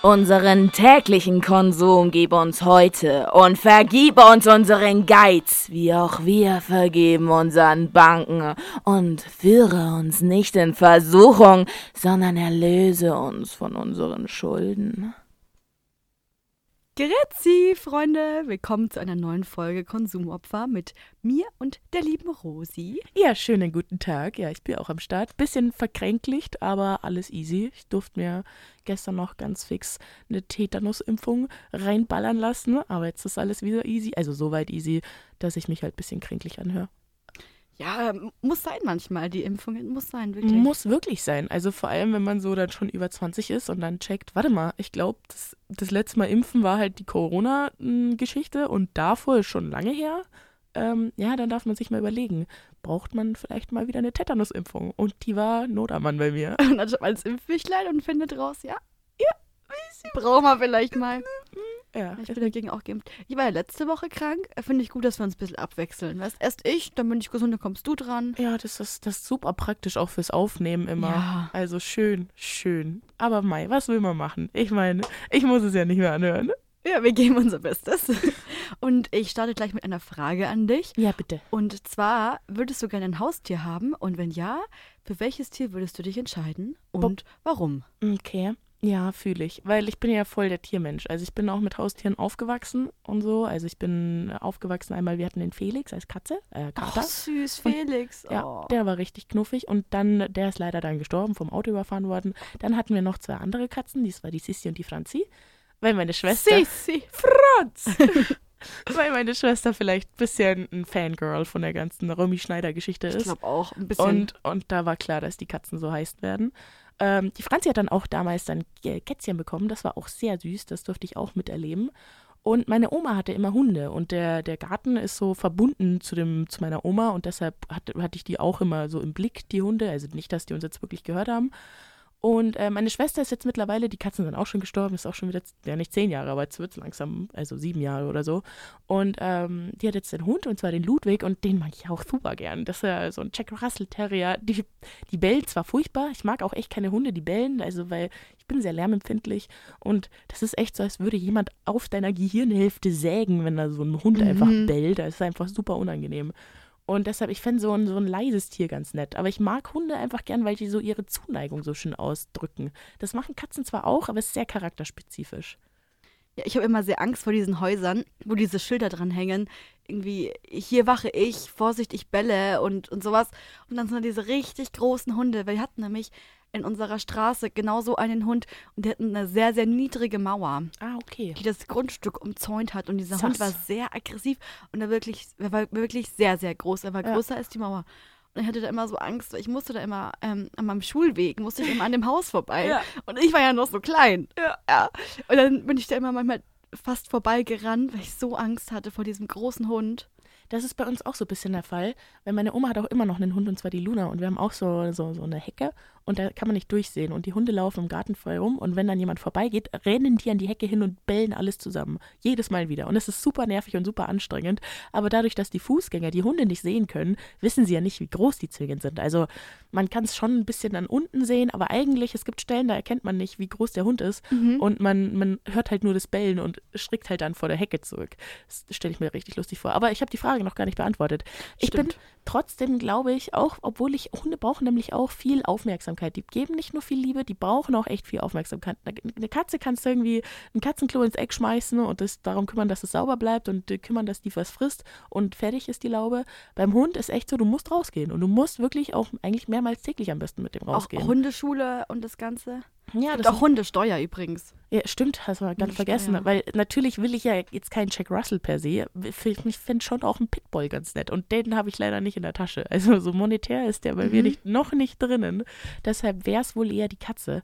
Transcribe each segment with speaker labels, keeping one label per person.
Speaker 1: Unseren täglichen Konsum gib uns heute und vergib uns unseren Geiz, wie auch wir vergeben unseren Banken. Und führe uns nicht in Versuchung, sondern erlöse uns von unseren Schulden.
Speaker 2: Grüezi, Freunde! Willkommen zu einer neuen Folge Konsumopfer mit mir und der lieben Rosi.
Speaker 3: Ja, schönen guten Tag. Ja, ich bin auch am Start. Bisschen verkränklicht, aber alles easy. Ich durfte mir gestern noch ganz fix eine Tetanusimpfung reinballern lassen, aber jetzt ist alles wieder easy. Also soweit easy, dass ich mich halt ein bisschen kränklich anhöre.
Speaker 2: Ja, muss sein manchmal, die Impfung muss sein, wirklich.
Speaker 3: Muss wirklich sein. Also vor allem, wenn man so dann schon über 20 ist und dann checkt, warte mal, ich glaube, das, das letzte Mal impfen war halt die Corona-Geschichte und davor ist schon lange her. Ähm, ja, dann darf man sich mal überlegen, braucht man vielleicht mal wieder eine Tetanusimpfung? Und die war Notamann bei mir.
Speaker 2: Und dann schaut man ins Impfbüchlein und findet raus, ja, brauchen wir vielleicht mal.
Speaker 3: Ja,
Speaker 2: Ich bin dagegen auch geimpft. Ich war ja letzte Woche krank. Finde ich gut, dass wir uns ein bisschen abwechseln. Weißt, erst ich, dann bin ich gesund, dann kommst du dran.
Speaker 3: ja das, ist, das ist super praktisch auch fürs Aufnehmen immer.
Speaker 2: Ja.
Speaker 3: Also schön, schön. Aber Mai, was will man machen? Ich meine, ich muss es ja nicht mehr anhören.
Speaker 2: Ja, wir geben unser Bestes. Und ich starte gleich mit einer Frage an dich.
Speaker 3: Ja, bitte.
Speaker 2: Und zwar, würdest du gerne ein Haustier haben? Und wenn ja, für welches Tier würdest du dich entscheiden? Und warum?
Speaker 3: Okay. Ja, fühle ich. Weil ich bin ja voll der Tiermensch. Also ich bin auch mit Haustieren aufgewachsen und so. Also ich bin aufgewachsen einmal, wir hatten den Felix als Katze. Äh, Kater.
Speaker 2: süß, Felix. Oh.
Speaker 3: Ja, der war richtig knuffig und dann, der ist leider dann gestorben, vom Auto überfahren worden. Dann hatten wir noch zwei andere Katzen, dies war die Sissi und die Franzi. Weil meine Schwester.
Speaker 2: Sissi.
Speaker 3: Franz! weil meine Schwester vielleicht ein bisschen ein Fangirl von der ganzen Romy Schneider-Geschichte
Speaker 2: Ich
Speaker 3: ist.
Speaker 2: glaube auch, ein bisschen.
Speaker 3: Und, und da war klar, dass die Katzen so heiß werden. Ähm, die Franzi hat dann auch damals dann K- Kätzchen bekommen. Das war auch sehr süß. Das durfte ich auch miterleben. Und meine Oma hatte immer Hunde und der, der Garten ist so verbunden zu, dem, zu meiner Oma und deshalb hatte, hatte ich die auch immer so im Blick, die Hunde. Also nicht, dass die uns jetzt wirklich gehört haben. Und äh, meine Schwester ist jetzt mittlerweile, die Katzen sind auch schon gestorben, ist auch schon wieder, z- ja nicht zehn Jahre, aber jetzt wird es langsam, also sieben Jahre oder so. Und ähm, die hat jetzt den Hund, und zwar den Ludwig, und den mag ich auch super gern. Das ist ja so ein Jack Russell Terrier. Die, die bellen zwar furchtbar, ich mag auch echt keine Hunde, die bellen, also weil ich bin sehr lärmempfindlich. Und das ist echt so, als würde jemand auf deiner Gehirnhälfte sägen, wenn da so ein Hund einfach bellt. Das ist einfach super unangenehm. Und deshalb, ich fände so ein, so ein leises Tier ganz nett. Aber ich mag Hunde einfach gern, weil die so ihre Zuneigung so schön ausdrücken. Das machen Katzen zwar auch, aber es ist sehr charakterspezifisch.
Speaker 2: Ja, ich habe immer sehr Angst vor diesen Häusern, wo diese Schilder dran hängen. Irgendwie, hier wache ich, Vorsicht, ich bälle und, und sowas. Und dann sind da diese richtig großen Hunde. Wir hatten nämlich in unserer Straße genau so einen Hund und der hatte eine sehr, sehr niedrige Mauer,
Speaker 3: Ah, okay.
Speaker 2: die das Grundstück umzäunt hat. Und dieser
Speaker 3: Sass.
Speaker 2: Hund war sehr aggressiv und er, wirklich, er war wirklich sehr, sehr groß. Er war
Speaker 3: Ja.
Speaker 2: größer als die Mauer. Und ich hatte da immer so Angst, weil ich musste da immer ähm, an meinem Schulweg, musste ich immer an dem Haus vorbei.
Speaker 3: Ja.
Speaker 2: Und ich war ja noch so klein. Ja. Und dann bin ich da immer manchmal fast vorbeigerannt, weil ich so Angst hatte vor diesem großen Hund.
Speaker 3: Das ist bei uns auch so ein bisschen der Fall, weil meine Oma hat auch immer noch einen Hund und zwar die Luna und wir haben auch so, so, so eine Hecke und da kann man nicht durchsehen und die Hunde laufen im Garten voll rum und wenn dann jemand vorbeigeht, rennen die an die Hecke hin und bellen alles zusammen. Jedes Mal wieder. Und es ist super nervig und super anstrengend, aber dadurch, dass die Fußgänger die Hunde nicht sehen können, wissen sie ja nicht, wie groß die zwingend sind. Also man kann es schon ein bisschen dann unten sehen, aber eigentlich, es gibt Stellen, da erkennt man nicht, wie groß der Hund ist und man, man hört halt nur das Bellen und schrickt halt dann vor der Hecke zurück. Das stelle ich mir richtig lustig vor. Aber ich habe die Frage noch gar nicht beantwortet. Ich bin
Speaker 2: Stimmt.
Speaker 3: trotzdem, glaube ich, auch, obwohl ich, Hunde brauchen nämlich auch viel Aufmerksamkeit. Die geben nicht nur viel Liebe, die brauchen auch echt viel Aufmerksamkeit. Eine- Eine Katze kannst du irgendwie ein Katzenklo ins Eck schmeißen und das, darum kümmern, dass es sauber bleibt und äh, kümmern, dass die was frisst und fertig ist die Laube. Beim Hund ist echt so, du musst rausgehen und du musst wirklich auch eigentlich mehrmals täglich am besten mit dem rausgehen.
Speaker 2: Auch Hundeschule und das Ganze.
Speaker 3: ja,
Speaker 2: Und
Speaker 3: das
Speaker 2: auch Hundesteuer übrigens.
Speaker 3: ja, stimmt, hast du mal ganz
Speaker 2: Nicht,
Speaker 3: vergessen.
Speaker 2: ja.
Speaker 3: Weil natürlich will ich ja jetzt keinen Jack Russell per se. Ich, ich finde schon auch einen Pitbull ganz nett. Und den habe ich leider nicht in der Tasche. Also so monetär ist der bei mir
Speaker 2: Mhm.
Speaker 3: nicht, noch nicht drinnen. Deshalb wäre es wohl eher die Katze.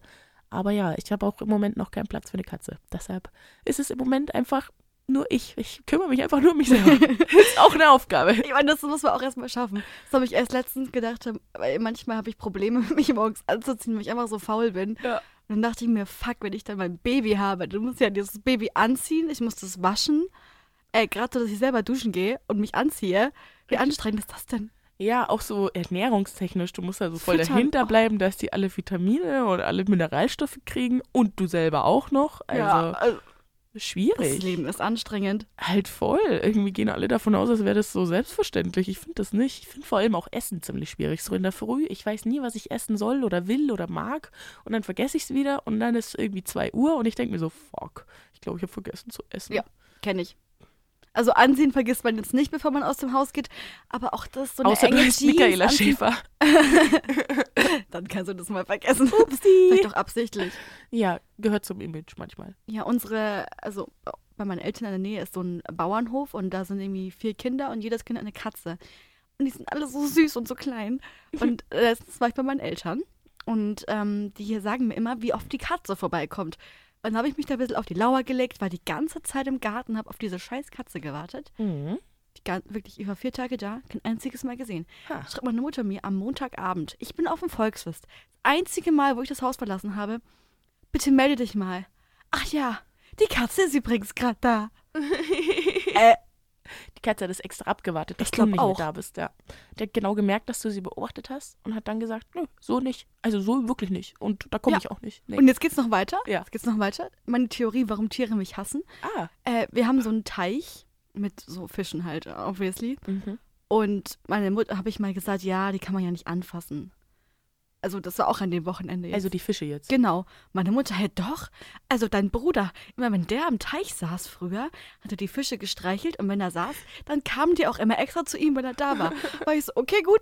Speaker 3: Aber ja, ich habe auch im Moment noch keinen Platz für eine Katze. Deshalb ist es im Moment einfach nur ich. Ich kümmere mich einfach nur um mich selber. ist auch eine Aufgabe.
Speaker 2: Ich meine, das muss man auch erstmal schaffen. Das habe ich erst letztens gedacht, weil manchmal habe ich Probleme, mich morgens anzuziehen, weil ich einfach so faul bin.
Speaker 3: Ja.
Speaker 2: Und dann dachte ich mir, fuck, wenn ich dann mein Baby habe, dann muss ich ja dieses Baby anziehen, ich muss das waschen. Äh, Gerade so, dass ich selber duschen gehe und mich anziehe. Wie anstrengend ist das denn?
Speaker 3: Ja, auch so ernährungstechnisch. Du musst also voll
Speaker 2: Füttern,
Speaker 3: dahinter
Speaker 2: oh.
Speaker 3: bleiben, dass die alle Vitamine und alle Mineralstoffe kriegen und du selber auch noch. Also
Speaker 2: ja, also, das
Speaker 3: schwierig.
Speaker 2: Leben ist anstrengend.
Speaker 3: Halt voll. Irgendwie gehen alle davon aus, als wäre das so selbstverständlich. Ich finde das nicht. Ich finde vor allem auch Essen ziemlich schwierig. So in der Früh, ich weiß nie, was ich essen soll oder will oder mag. Und dann vergesse ich es wieder und dann ist irgendwie 2 Uhr und ich denke mir so, fuck, ich glaube, ich habe vergessen zu essen.
Speaker 2: Ja. Kenne ich. Also Ansehen vergisst man jetzt nicht, bevor man aus dem Haus geht, aber auch das ist so eine
Speaker 3: Außer du
Speaker 2: enge
Speaker 3: bist Michaela
Speaker 2: Jeans anziehen.
Speaker 3: Schäfer.
Speaker 2: Dann kannst du das mal vergessen.
Speaker 3: Upsi.
Speaker 2: Vielleicht auch absichtlich.
Speaker 3: Ja, gehört zum Image manchmal.
Speaker 2: Ja, unsere, also bei meinen Eltern in der Nähe ist so ein Bauernhof und da sind irgendwie vier Kinder und jedes Kind eine Katze. Und die sind alle so süß und so klein. Und letztens war ich bei meinen Eltern und ähm, die hier sagen mir immer, wie oft die Katze vorbeikommt. Und dann habe ich mich da ein bisschen auf die Lauer gelegt, war die ganze Zeit im Garten, habe auf diese scheiß Katze gewartet.
Speaker 3: Mhm.
Speaker 2: Die gan- wirklich über vier Tage da, kein einziges Mal gesehen.
Speaker 3: Ha.
Speaker 2: Schreibt meine Mutter mir am Montagabend, ich bin auf dem Volksfest. Das einzige Mal, wo ich das Haus verlassen habe, bitte melde dich mal. Ach ja, die Katze ist übrigens gerade da.
Speaker 3: Die Katze hat es extra abgewartet, dass
Speaker 2: Ich
Speaker 3: du
Speaker 2: glaub
Speaker 3: nicht
Speaker 2: auch.
Speaker 3: mehr da bist. Ja. Der hat genau gemerkt, dass du sie beobachtet hast und hat dann gesagt, nö, so nicht. Also so wirklich nicht. Und da komme
Speaker 2: Ja.
Speaker 3: ich auch nicht. Nee.
Speaker 2: Und jetzt geht's noch weiter.
Speaker 3: Ja.
Speaker 2: Jetzt geht's noch weiter. Meine Theorie, warum Tiere mich hassen.
Speaker 3: ah.
Speaker 2: Äh, wir haben so einen Teich mit so Fischen halt, obviously.
Speaker 3: Mhm.
Speaker 2: Und meine Mutter habe ich mal gesagt, ja, die kann man ja nicht anfassen. Also das war auch an dem Wochenende. Jetzt.
Speaker 3: Also die Fische jetzt.
Speaker 2: Genau. Meine Mutter, hey, doch. Also dein Bruder, immer wenn der am Teich saß früher, hat er die Fische gestreichelt und wenn er saß, dann kamen die auch immer extra zu ihm, wenn er da war. War ich so, okay, gut,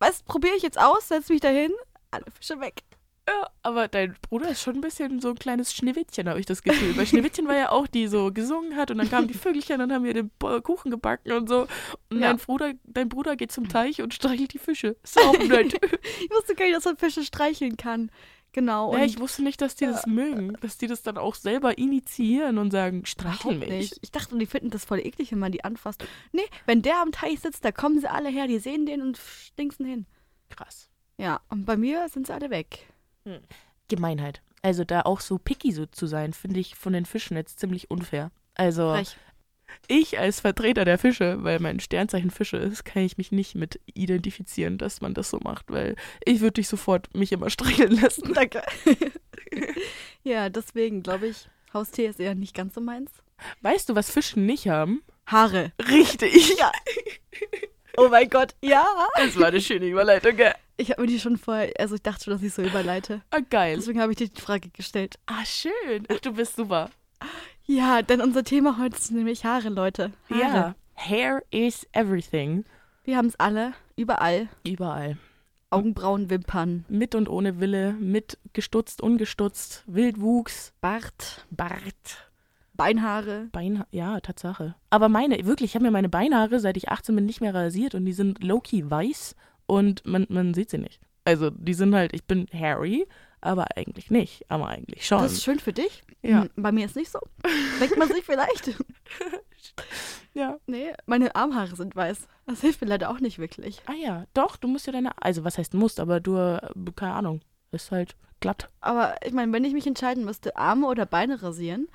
Speaker 2: was probiere ich jetzt aus, setz mich dahin, alle Fische weg.
Speaker 3: Ja, aber dein Bruder ist schon ein bisschen so ein kleines Schneewittchen, habe ich das Gefühl. Bei Schneewittchen war ja auch die so gesungen hat und dann kamen die Vögelchen und haben ihr den Bo- Kuchen gebacken und so. Und
Speaker 2: Ja.
Speaker 3: dein, Bruder, dein Bruder geht zum Teich und streichelt die Fische. Ist auch nett.
Speaker 2: Ich wusste gar nicht, dass man Fische streicheln kann. Genau. Und
Speaker 3: ja, ich wusste nicht, dass die das mögen. Dass die das dann auch selber initiieren und sagen, streichel
Speaker 2: überhaupt
Speaker 3: mich.
Speaker 2: nicht. Ich dachte, die finden das voll eklig, wenn man die anfasst. Nee, wenn der am Teich sitzt, da kommen sie alle her, die sehen den und stinksen hin.
Speaker 3: Krass.
Speaker 2: Ja, und bei mir sind sie alle weg.
Speaker 3: Gemeinheit. Also da auch so picky so zu sein, finde ich von den Fischen jetzt ziemlich unfair. Also
Speaker 2: Frech.
Speaker 3: ich als Vertreter der Fische, weil mein Sternzeichen Fische ist, kann ich mich nicht mit identifizieren, dass man das so macht, weil ich würde dich sofort mich immer streicheln lassen.
Speaker 2: Danke. ja, deswegen glaube ich, Haustier ist eher nicht ganz so meins.
Speaker 3: Weißt du, was Fische nicht haben?
Speaker 2: Haare.
Speaker 3: Richtig.
Speaker 2: Ja. Oh mein Gott, ja.
Speaker 3: Das war eine schöne Überleitung. gell?
Speaker 2: Ich habe mir die schon vorher, also ich dachte schon, dass ich so überleite.
Speaker 3: Ah, geil.
Speaker 2: Deswegen habe ich dir die Frage gestellt.
Speaker 3: Ah, schön. Ach, du bist super.
Speaker 2: Ja, denn unser Thema heute sind nämlich Haare, Leute. Haare.
Speaker 3: Ja. Hair is everything.
Speaker 2: Wir haben es alle, überall.
Speaker 3: Überall.
Speaker 2: Augenbrauen, Wimpern,
Speaker 3: Mit und ohne Wille, mit gestutzt, ungestutzt, Wildwuchs,
Speaker 2: Bart,
Speaker 3: Bart.
Speaker 2: Beinhaare.
Speaker 3: Bein, ja, Tatsache. Aber meine, wirklich, ich habe mir meine Beinhaare, seit ich 18 bin, nicht mehr rasiert und die sind low-key weiß und man, man sieht sie nicht. Also die sind halt, ich bin Harry, aber eigentlich nicht, aber eigentlich schon.
Speaker 2: Das ist schön für dich.
Speaker 3: Ja.
Speaker 2: Hm, Bei mir ist nicht so. Denkt man sich vielleicht.
Speaker 3: ja.
Speaker 2: Nee, meine Armhaare sind weiß. Das hilft mir leider auch nicht wirklich.
Speaker 3: Ah ja, doch, du musst ja deine, also was heißt musst, aber du, äh, keine Ahnung, ist halt glatt.
Speaker 2: Aber ich meine, wenn ich mich entscheiden müsste, Arme oder Beine rasieren,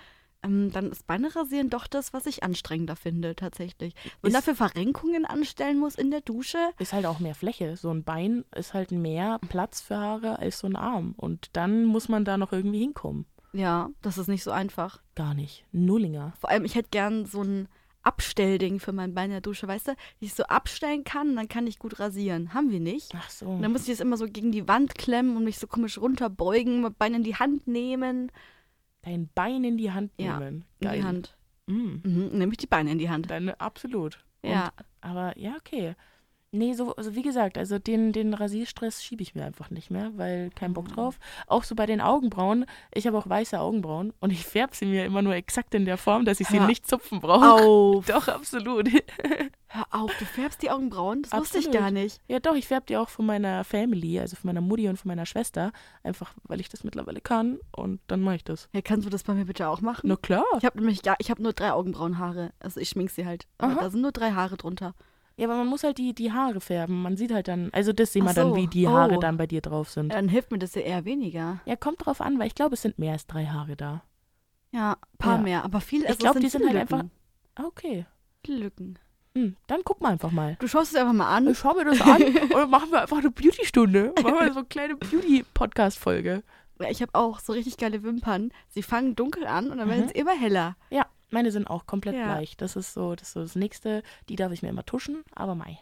Speaker 2: ähm, dann ist Beine rasieren doch das, was ich anstrengender finde, tatsächlich. Wenn
Speaker 3: Ist-
Speaker 2: dafür Verrenkungen anstellen muss in der Dusche,
Speaker 3: Ist halt auch mehr Fläche. So ein Bein ist halt mehr Platz für Haare als so ein Arm. Und dann muss man da noch irgendwie hinkommen.
Speaker 2: ja, das ist nicht so einfach.
Speaker 3: Gar nicht. Nullinger.
Speaker 2: Vor allem, ich hätte gern so ein Abstellding für mein Bein in der Dusche, weißt du, die ich so abstellen kann, dann kann ich gut rasieren. Haben wir nicht.
Speaker 3: Ach so.
Speaker 2: Und dann muss ich es immer so gegen die Wand klemmen und mich so komisch runterbeugen, mein Bein in die Hand nehmen.
Speaker 3: Dein Bein in die Hand
Speaker 2: Ja,
Speaker 3: nehmen.
Speaker 2: In
Speaker 3: Geil.
Speaker 2: die Hand.
Speaker 3: Mm.
Speaker 2: Mhm, nehme ich die Beine in die Hand.
Speaker 3: Dann absolut.
Speaker 2: Ja.
Speaker 3: Aber ja, okay. Nee, so, also wie gesagt, also den, den Rasierstress schiebe ich mir einfach nicht mehr, weil kein
Speaker 2: Mhm.
Speaker 3: Bock drauf. Auch so bei den Augenbrauen, ich habe auch weiße Augenbrauen und ich färbe sie mir immer nur exakt in der Form, dass ich sie
Speaker 2: Hör
Speaker 3: nicht zupfen
Speaker 2: Oh
Speaker 3: brauche.
Speaker 2: Auf.
Speaker 3: Doch, absolut.
Speaker 2: Hör auf, du färbst die Augenbrauen? Das wusste ich
Speaker 3: Absolut.
Speaker 2: gar nicht.
Speaker 3: Ja, doch, ich färbe die auch von meiner Family, also von meiner Mutti und von meiner Schwester, einfach weil ich das mittlerweile kann und dann mache ich das.
Speaker 2: Ja, kannst du das bei mir bitte auch machen?
Speaker 3: Na klar.
Speaker 2: Ich habe nämlich gar, ich habe nur drei Augenbrauenhaare. Also ich schmink sie halt. Aber
Speaker 3: Aha.
Speaker 2: da sind nur drei Haare drunter.
Speaker 3: Ja, aber man muss halt die, die Haare färben. Man sieht halt dann, also das sieht man
Speaker 2: Ach
Speaker 3: dann,
Speaker 2: so.
Speaker 3: wie die
Speaker 2: Oh.
Speaker 3: Haare dann bei dir drauf sind.
Speaker 2: Dann hilft mir das ja eher weniger.
Speaker 3: Ja, kommt drauf an, weil ich glaube, es sind mehr als drei Haare da.
Speaker 2: Ja, ein paar
Speaker 3: Ja.
Speaker 2: mehr, aber viel.
Speaker 3: Ich
Speaker 2: also es
Speaker 3: glaube, die sind
Speaker 2: viele
Speaker 3: halt einfach-
Speaker 2: Lücken.
Speaker 3: Okay.
Speaker 2: Viele Lücken.
Speaker 3: Hm, dann guck mal einfach mal.
Speaker 2: Du schaust es einfach mal an.
Speaker 3: Ich schau mir das an und dann machen wir einfach eine Beauty-Stunde. Machen wir so eine kleine Beauty-Podcast-Folge.
Speaker 2: Ja, Ich habe auch so richtig geile Wimpern. Sie fangen dunkel an und dann werden
Speaker 3: Mhm.
Speaker 2: sie immer heller.
Speaker 3: Ja, meine sind auch komplett
Speaker 2: Ja.
Speaker 3: bleich. Das ist so das, ist so das Nächste. Die darf ich mir immer tuschen, aber mei.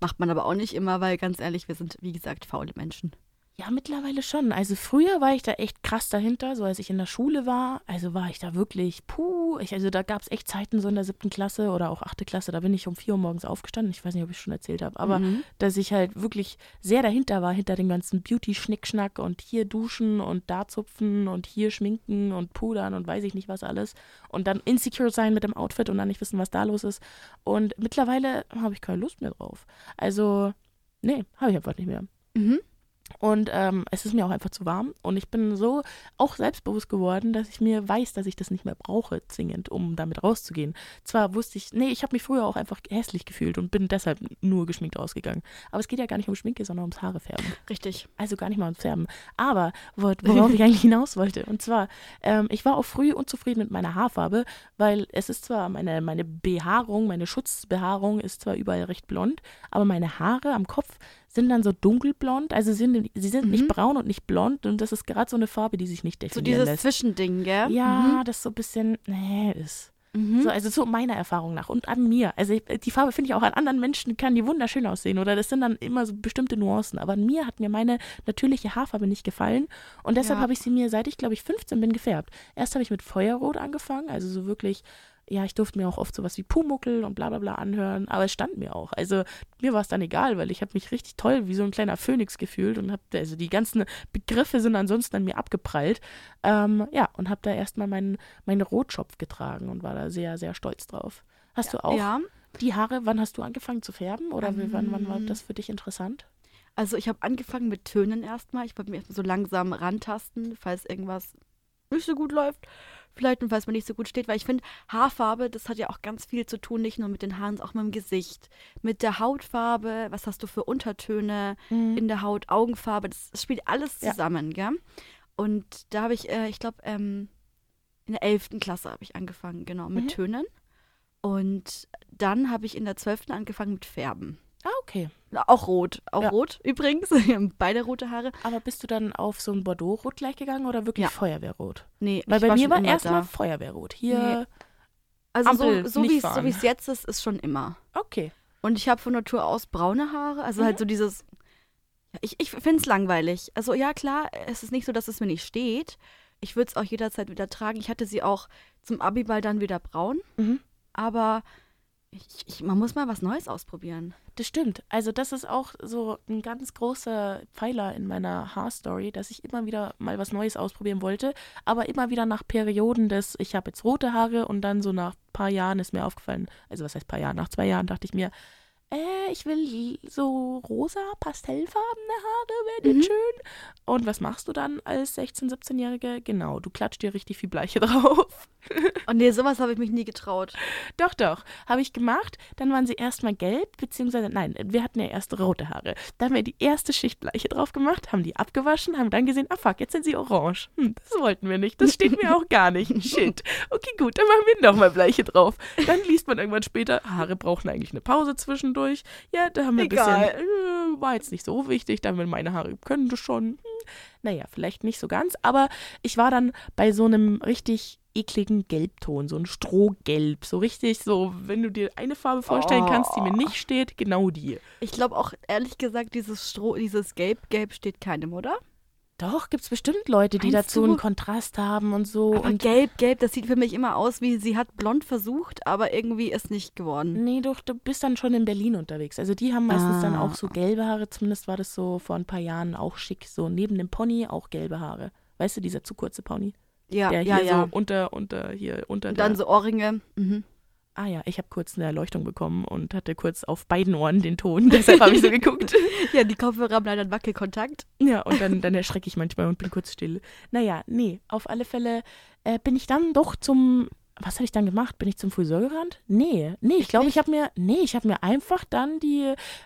Speaker 2: Macht man aber auch nicht immer, weil ganz ehrlich, wir sind, wie gesagt, faule Menschen.
Speaker 3: Ja, mittlerweile schon. Also früher war ich da echt krass dahinter, so als ich in der Schule war. Also war ich da wirklich, puh, ich, also da gab es echt Zeiten so in der siebten Klasse oder auch achte Klasse, da bin ich um vier Uhr morgens aufgestanden. Ich weiß nicht, ob ich schon erzählt habe, aber dass ich halt wirklich sehr dahinter war, hinter dem ganzen Beauty-Schnickschnack und hier duschen und da zupfen und hier schminken und pudern und weiß ich nicht was alles. Und dann insecure sein mit dem Outfit und dann nicht wissen, was da los ist. Und mittlerweile habe ich keine Lust mehr drauf. Also, nee, habe ich einfach nicht mehr.
Speaker 2: Mhm.
Speaker 3: Und ähm, es ist mir auch einfach zu warm. Und ich bin so auch selbstbewusst geworden, dass ich mir weiß, dass ich das nicht mehr brauche, zwingend, um damit rauszugehen. Zwar wusste ich, nee, ich habe mich früher auch einfach hässlich gefühlt und bin deshalb nur geschminkt ausgegangen. Aber es geht ja gar nicht um Schminke, sondern ums Haare färben.
Speaker 2: Richtig.
Speaker 3: Also gar nicht mal ums Färben. Aber wor- worauf ich eigentlich hinaus wollte. Und zwar, ähm, ich war auch früh unzufrieden mit meiner Haarfarbe, weil es ist zwar meine, meine Behaarung, meine Schutzbehaarung ist zwar überall recht blond, aber meine Haare am Kopf sind dann so dunkelblond. Also sind, sie sind nicht
Speaker 2: Mhm.
Speaker 3: braun und nicht blond und das ist gerade so eine Farbe, die sich nicht
Speaker 2: So
Speaker 3: definieren
Speaker 2: dieses Mhm.
Speaker 3: lässt.
Speaker 2: Zwischending, gell?
Speaker 3: Ja, das so ein bisschen, nee, ist.
Speaker 2: Mhm.
Speaker 3: So, also so meiner Erfahrung nach und an mir. Also ich, die Farbe finde ich auch an anderen Menschen kann die wunderschön aussehen oder das sind dann immer so bestimmte Nuancen. Aber an mir hat mir meine natürliche Haarfarbe nicht gefallen und deshalb
Speaker 2: Ja.
Speaker 3: habe ich sie mir seit ich glaube ich 15 bin gefärbt. Erst habe ich mit Feuerrot angefangen, also so wirklich. Ja, ich durfte mir auch oft sowas wie Pumuckel und bla bla bla anhören, aber es stand mir auch. Also mir war es dann egal, weil ich habe mich richtig toll wie so ein kleiner Phönix gefühlt und habe, also die ganzen Begriffe sind ansonsten an mir abgeprallt. Ähm, ja, und habe da erstmal meinen, meinen Rotschopf getragen und war da sehr, sehr stolz drauf. Hast du auch
Speaker 2: Ja.
Speaker 3: die Haare, wann hast du angefangen zu färben oder wie- wann, wann war
Speaker 2: Ähm.
Speaker 3: das für dich interessant?
Speaker 2: Also ich habe angefangen mit Tönen erstmal. Ich wollte mir erstmal so langsam rantasten, falls irgendwas nicht so gut läuft. Vielleicht und falls mir nicht so gut steht, weil ich finde, Haarfarbe, das hat ja auch ganz viel zu tun, nicht nur mit den Haaren, sondern auch mit dem Gesicht. Mit der Hautfarbe, was hast du für Untertöne in der Haut, Augenfarbe, das, das spielt alles
Speaker 3: Mhm. Ja.
Speaker 2: zusammen, gell? Und da habe ich, äh, ich glaube, ähm, in der 11. Klasse habe ich angefangen, genau, mit
Speaker 3: Mhm.
Speaker 2: Tönen. Und dann habe ich in der 12. angefangen mit Färben.
Speaker 3: ah, okay.
Speaker 2: Auch rot. Auch
Speaker 3: Ja.
Speaker 2: rot übrigens. Wir haben Beide rote Haare.
Speaker 3: Aber bist du dann auf so ein Bordeaux-Rot gleich gegangen oder wirklich
Speaker 2: Ja.
Speaker 3: Feuerwehrrot?
Speaker 2: Nee,
Speaker 3: Weil
Speaker 2: ich
Speaker 3: bei
Speaker 2: war
Speaker 3: mir
Speaker 2: schon
Speaker 3: war
Speaker 2: immer
Speaker 3: erstmal
Speaker 2: da.
Speaker 3: Feuerwehrrot. Hier,
Speaker 2: Also
Speaker 3: Ampel,
Speaker 2: so, so
Speaker 3: nicht
Speaker 2: wie
Speaker 3: fahren.
Speaker 2: so es jetzt ist, ist schon immer.
Speaker 3: okay.
Speaker 2: Und ich habe von Natur aus braune Haare. Also
Speaker 3: Mhm.
Speaker 2: halt so dieses. Ja, Ich, ich finde es langweilig. Also ja, klar, es ist nicht so, dass es mir nicht steht. Ich würde es auch jederzeit wieder tragen. Ich hatte sie auch zum Abiball dann wieder braun.
Speaker 3: Mhm.
Speaker 2: Aber ich, ich, man muss mal was Neues ausprobieren.
Speaker 3: Das stimmt. Also das ist auch so ein ganz großer Pfeiler in meiner Haarstory, dass ich immer wieder mal was Neues ausprobieren wollte, aber immer wieder nach Perioden des, ich habe jetzt rote Haare und dann so nach paar Jahren ist mir aufgefallen, also was heißt paar Jahren, nach zwei Jahren dachte ich mir, äh, ich will so rosa, pastellfarbene Haare, wäre
Speaker 2: Mhm.
Speaker 3: mhm. schön. Und was machst du dann als 16-, 17-Jährige? Genau, du klatscht dir richtig viel Bleiche drauf.
Speaker 2: Und nee, sowas habe ich mich nie getraut.
Speaker 3: Doch, doch. Habe ich gemacht. Dann waren sie erstmal gelb, beziehungsweise, nein, wir hatten ja erst rote Haare. Da haben wir die erste Schicht Bleiche drauf gemacht, haben die abgewaschen, haben dann gesehen, ah fuck, jetzt sind sie orange. Hm, das wollten wir nicht. Das steht mir auch gar nicht. Shit. Okay, gut, dann machen wir nochmal Bleiche drauf. Dann liest man irgendwann später, Haare brauchen eigentlich eine Pause zwischendurch. Ja, da haben wir ein bisschen,
Speaker 2: Egal.
Speaker 3: äh, war jetzt nicht so wichtig, dann wenn meine Haare können das schon. Hm, naja, vielleicht nicht so ganz, aber ich war dann bei so einem richtig ekligen Gelbton, so ein Strohgelb, so richtig so, wenn du dir eine Farbe vorstellen kannst, die mir nicht steht, genau die.
Speaker 2: Ich glaube auch, ehrlich gesagt, dieses Stroh, dieses Gelb, Gelb steht keinem, oder?
Speaker 3: Doch, gibt's bestimmt Leute, die
Speaker 2: Meinst
Speaker 3: dazu
Speaker 2: du?
Speaker 3: einen Kontrast haben und so.
Speaker 2: Aber
Speaker 3: Oh, und
Speaker 2: gelb, gelb, das sieht für mich immer aus wie, sie hat blond versucht, aber irgendwie ist nicht geworden.
Speaker 3: Nee, doch, du bist dann schon in Berlin unterwegs. Also die haben meistens dann
Speaker 2: Ah.
Speaker 3: auch so gelbe Haare, zumindest war das so vor ein paar Jahren auch schick, so neben dem Pony auch gelbe Haare. Weißt du, dieser zu kurze Pony,
Speaker 2: Ja,
Speaker 3: der
Speaker 2: ja,
Speaker 3: hier
Speaker 2: ja.
Speaker 3: so unter, unter, hier unter
Speaker 2: Und
Speaker 3: der
Speaker 2: dann so Ohrringe. Mhm.
Speaker 3: Ah ja, ich habe kurz eine Erleuchtung bekommen und hatte kurz auf beiden Ohren den Ton. Deshalb habe ich so geguckt.
Speaker 2: Ja, die Kopfhörer haben leider einen Wackelkontakt.
Speaker 3: Ja, und dann, dann erschrecke ich manchmal und bin kurz still. Naja, nee, auf alle Fälle äh, bin ich dann doch zum. Was habe ich dann gemacht? Bin ich zum Friseur gerannt? Nee, nee, ich glaube, ich habe mir, nee, ich habe mir einfach dann die,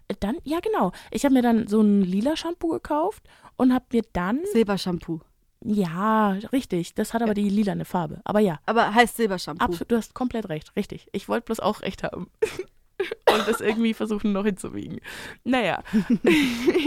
Speaker 3: äh, dann, ja genau, ich habe mir dann so ein lila Shampoo gekauft und habe mir dann,
Speaker 2: Silbershampoo.
Speaker 3: ja, richtig, das hat aber die lilane Farbe, aber ja,
Speaker 2: Aber heißt Silbershampoo.
Speaker 3: absolut, du hast komplett recht, richtig, ich wollte bloß auch recht haben. und das irgendwie versuchen noch hinzubiegen. Naja.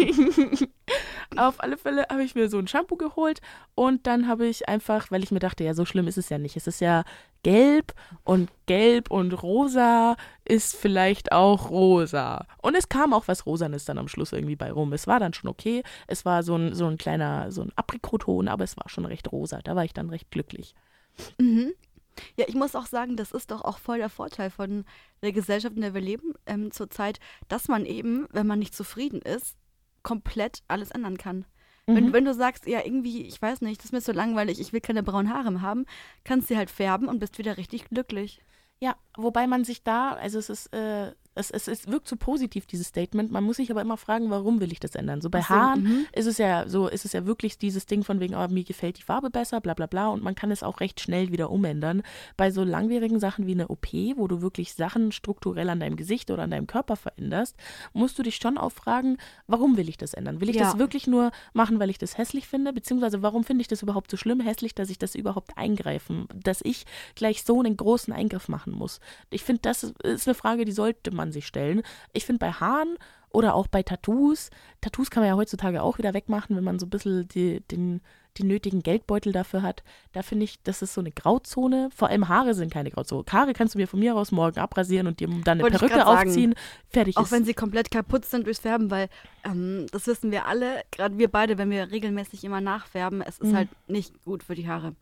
Speaker 3: Auf alle Fälle habe ich mir so ein Shampoo geholt und dann habe ich einfach, weil ich mir dachte, ja, so schlimm ist es ja nicht. Es ist ja gelb und gelb und rosa ist vielleicht auch rosa. Und es kam auch was Rosanes dann am Schluss irgendwie bei rum. Es war dann schon okay. Es war so ein, so ein kleiner, so ein Aprikoton, aber es war schon recht rosa. Da war ich dann recht glücklich.
Speaker 2: Mhm. Ja, ich muss auch sagen, das ist doch auch voll der Vorteil von der Gesellschaft, in der wir leben ähm, zurzeit, dass man eben, wenn man nicht zufrieden ist, komplett alles ändern kann. Wenn, wenn du sagst, ja, irgendwie, ich weiß nicht, das ist mir so langweilig, ich will keine braunen Haare mehr haben, kannst sie halt färben und bist wieder richtig glücklich.
Speaker 3: Ja, wobei man sich da, also es ist, äh, es, es, es wirkt so positiv, dieses Statement. Man muss sich aber immer fragen, warum will ich das ändern? So bei
Speaker 2: Ach so,
Speaker 3: Haaren
Speaker 2: mhm.
Speaker 3: ist es ja so, ist es ja wirklich dieses Ding von wegen, oh, mir gefällt die Farbe besser, bla bla bla. Und man kann es auch recht schnell wieder umändern. Bei so langwierigen Sachen wie eine OP, wo du wirklich Sachen strukturell an deinem Gesicht oder an deinem Körper veränderst, musst du dich schon auch fragen, warum will ich das ändern? Will ich
Speaker 2: Ja.
Speaker 3: das wirklich nur machen, weil ich das hässlich finde? Beziehungsweise warum finde ich das überhaupt so schlimm hässlich, dass ich das überhaupt eingreifen, dass ich gleich so einen großen Eingriff machen muss? Ich finde, das ist eine Frage, die sollte man sich stellen. Ich finde bei Haaren oder auch bei Tattoos, Tattoos kann man ja heutzutage auch wieder wegmachen, wenn man so ein bisschen die, den, den nötigen Geldbeutel dafür hat. Da finde ich, das ist so eine Grauzone. Vor allem Haare sind keine Grauzone. Haare kannst du mir von mir aus morgen abrasieren und dir dann eine
Speaker 2: Wollte ich
Speaker 3: Perücke
Speaker 2: grad sagen.
Speaker 3: aufziehen. Fertig
Speaker 2: Auch
Speaker 3: ist.
Speaker 2: wenn sie komplett kaputt sind durchs Färben, weil ähm, das wissen wir alle, gerade wir beide, wenn wir regelmäßig immer nachfärben, es ist
Speaker 3: Mhm.
Speaker 2: halt nicht gut für die Haare.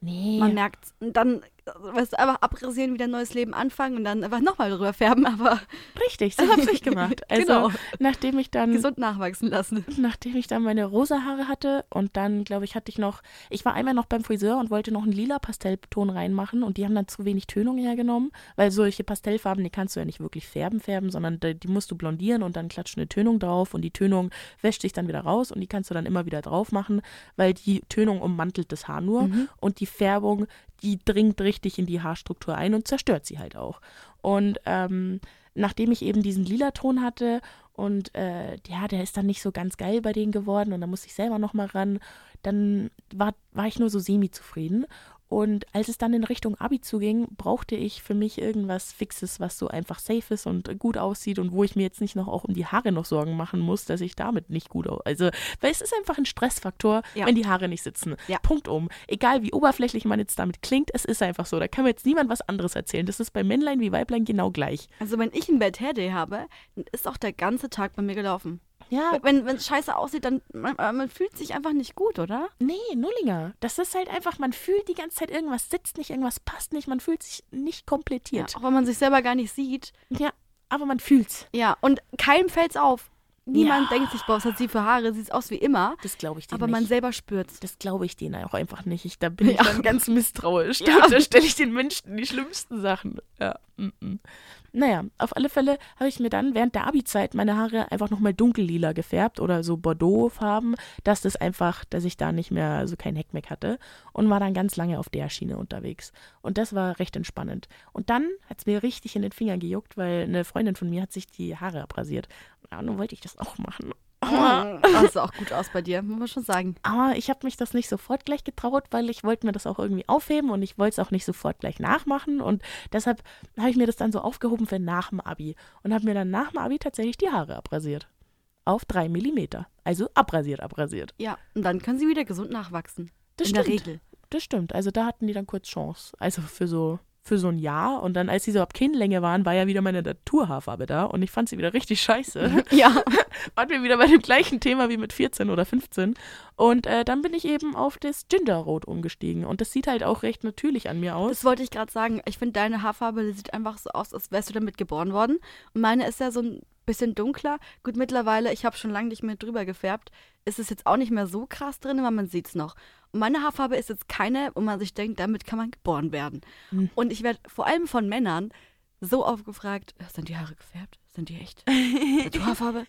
Speaker 3: nee.
Speaker 2: Man merkt und dann, also, weißt du, einfach abrasieren, wieder ein neues Leben anfangen und dann einfach nochmal drüber färben, aber
Speaker 3: Richtig, so habe ich gemacht. Also,
Speaker 2: Genau.
Speaker 3: nachdem ich dann
Speaker 2: gesund nachwachsen lassen.
Speaker 3: nachdem ich dann meine rosa Haare hatte und dann, glaube ich, hatte ich noch, ich war einmal noch beim Friseur und wollte noch einen lila Pastellton reinmachen und die haben dann zu wenig Tönung hergenommen, weil solche Pastellfarben, die kannst du ja nicht wirklich färben, färben, sondern die, die musst du blondieren und dann klatscht eine Tönung drauf und die Tönung wäscht sich dann wieder raus und die kannst du dann immer wieder drauf machen, weil die Tönung ummantelt das Haar nur
Speaker 2: Mhm.
Speaker 3: und die Färbung, die dringt richtig in die Haarstruktur ein und zerstört sie halt auch. Und ähm, nachdem ich eben diesen lila Ton hatte und äh, ja, der ist dann nicht so ganz geil bei denen geworden und da musste ich selber nochmal ran, dann war, war ich nur so semi-zufrieden. Und als es dann in Richtung Abi zuging, brauchte ich für mich irgendwas Fixes, was so einfach safe ist und gut aussieht und wo ich mir jetzt nicht noch auch um die Haare noch Sorgen machen muss, dass ich damit nicht gut aus. Also, weil es ist einfach ein Stressfaktor,
Speaker 2: Ja.
Speaker 3: wenn die Haare nicht sitzen.
Speaker 2: Ja.
Speaker 3: Punkt um. Egal wie oberflächlich man jetzt damit klingt, es ist einfach so. Da kann mir jetzt niemand was anderes erzählen. Das ist bei Männlein wie Weiblein genau gleich.
Speaker 2: Also wenn ich ein Bad Hair Day habe, dann ist auch der ganze Tag bei mir gelaufen.
Speaker 3: Ja,
Speaker 2: Wenn es scheiße aussieht, dann man, äh, man fühlt sich einfach nicht gut, oder?
Speaker 3: Nee, Nullinger. Das ist halt einfach, man fühlt die ganze Zeit irgendwas sitzt nicht, irgendwas passt nicht, man fühlt sich nicht
Speaker 2: Ja,
Speaker 3: komplettiert.
Speaker 2: auch wenn man sich selber gar nicht sieht.
Speaker 3: Ja, aber man fühlt's.
Speaker 2: Ja, und keinem fällt's auf. Niemand
Speaker 3: Ja.
Speaker 2: denkt sich, boah, was hat sie für Haare? Sieht aus wie immer.
Speaker 3: Das glaube ich denen
Speaker 2: Aber
Speaker 3: nicht.
Speaker 2: man selber spürt's.
Speaker 3: das glaube ich denen auch einfach nicht. Ich, da bin ich
Speaker 2: Ja.
Speaker 3: dann ganz misstrauisch.
Speaker 2: Ja.
Speaker 3: Da, da stelle ich den Menschen die schlimmsten Sachen. Ja. Mm -mm. Naja, auf alle Fälle habe ich mir dann während der Abi-Zeit meine Haare einfach nochmal dunkellila gefärbt oder so Bordeaux-Farben, dass das einfach, dass ich da nicht mehr so kein Heckmeck hatte und war dann ganz lange auf der Schiene unterwegs. Und das war recht entspannend. Und dann hat es mir richtig in den Finger gejuckt, weil eine Freundin von mir hat sich die Haare abrasiert. Ja, nun wollte ich das auch machen.
Speaker 2: Mhm. Das sah auch gut aus bei dir, muss man schon sagen.
Speaker 3: Aber ich habe mich das nicht sofort gleich getraut, weil ich wollte mir das auch irgendwie aufheben und ich wollte es auch nicht sofort gleich nachmachen. Und deshalb habe ich mir das dann so aufgehoben für nach dem Abi und habe mir dann nach dem Abi tatsächlich die Haare abrasiert. Auf drei Millimeter. Also abrasiert, abrasiert.
Speaker 2: Ja, und dann können sie wieder gesund nachwachsen.
Speaker 3: Das
Speaker 2: In
Speaker 3: stimmt.
Speaker 2: der Regel.
Speaker 3: Das stimmt. Also da hatten die dann kurz Chance. Also für so, für so ein Jahr. Und dann, als die so ab Kinnlänge waren, war ja wieder meine Naturhaarfarbe da und ich fand sie wieder richtig scheiße.
Speaker 2: Ja.
Speaker 3: waren wir wieder bei dem gleichen Thema wie mit 14 oder 15. Und äh, dann bin ich eben auf das Gingerrot umgestiegen. Und das sieht halt auch recht natürlich an mir aus.
Speaker 2: Das wollte ich gerade sagen. Ich finde, deine Haarfarbe die sieht einfach so aus, als wärst du damit geboren worden. Und meine ist ja so ein bisschen dunkler. Gut, mittlerweile, ich habe schon lange nicht mehr drüber gefärbt, ist es jetzt auch nicht mehr so krass drin, aber man sieht es noch. Und meine Haarfarbe ist jetzt keine, wo man sich denkt, damit kann man geboren werden. Und ich werde vor allem von Männern so oft gefragt, sind die Haare gefärbt? Sind die echt? Naturhaarfarbe?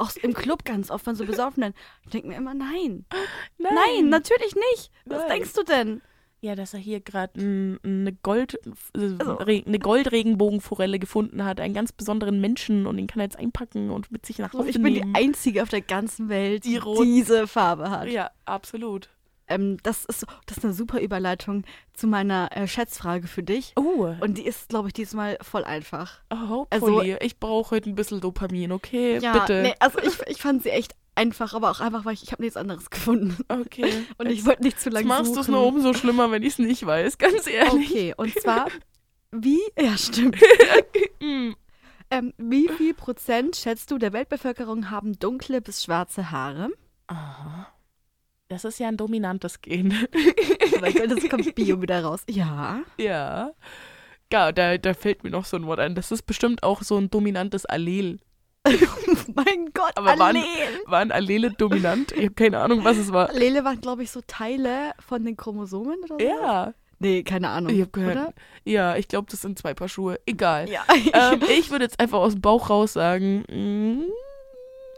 Speaker 2: Auch im Club ganz oft von so Besoffenen. Ich denke mir immer, nein, nein, natürlich nicht. Was
Speaker 3: Nein.
Speaker 2: denkst du denn?
Speaker 3: Ja, dass er hier gerade eine ne Gold, äh,
Speaker 2: Also.
Speaker 3: Re- eine Goldregenbogenforelle gefunden hat, einen ganz besonderen Menschen und den kann er jetzt einpacken und mit sich nach
Speaker 2: So, Oh,
Speaker 3: Hause
Speaker 2: Also, ich bin die
Speaker 3: nehmen.
Speaker 2: Einzige auf der ganzen Welt,
Speaker 3: Die
Speaker 2: die,
Speaker 3: rot-
Speaker 2: diese Farbe hat.
Speaker 3: ja, absolut.
Speaker 2: Ähm, das, ist, das ist eine super Überleitung zu meiner äh, Schätzfrage für dich.
Speaker 3: Oh,
Speaker 2: Und die ist, glaube ich, diesmal voll einfach.
Speaker 3: hopefully.
Speaker 2: Also, äh,
Speaker 3: ich brauche heute ein bisschen Dopamin, okay? Bitte.
Speaker 2: Nee, also ich, ich fand sie echt einfach, aber auch einfach, weil ich, ich habe nichts anderes gefunden.
Speaker 3: Okay.
Speaker 2: Und
Speaker 3: Jetzt-
Speaker 2: ich wollte nicht zu
Speaker 3: jetzt
Speaker 2: lange
Speaker 3: machst du es
Speaker 2: suchen.
Speaker 3: nur um. umso schlimmer, wenn ich es nicht weiß, ganz ehrlich.
Speaker 2: Okay, und zwar, wie, ja stimmt,
Speaker 3: Mm.
Speaker 2: ähm, wie viel Prozent, schätzt du, der Weltbevölkerung haben dunkle bis schwarze Haare?
Speaker 3: Aha. Das ist ja ein dominantes Gen.
Speaker 2: Weil das kommt Bio wieder raus. Ja.
Speaker 3: ja. Ja, da, da fällt mir noch so ein Wort ein. Das ist bestimmt auch so ein dominantes Allel.
Speaker 2: mein Gott,
Speaker 3: Aber waren-
Speaker 2: Allelen.
Speaker 3: Waren Allele dominant? Ich habe keine Ahnung, was es war.
Speaker 2: Allele waren, glaube ich, so Teile von den Chromosomen oder so.
Speaker 3: Ja.
Speaker 2: Nee, keine Ahnung.
Speaker 3: Ich habe gehört.
Speaker 2: Oder?
Speaker 3: Ja, ich glaube, das sind zwei Paar Schuhe. Egal.
Speaker 2: Ja.
Speaker 3: Ähm, ich würde jetzt einfach aus dem Bauch raus sagen, mm,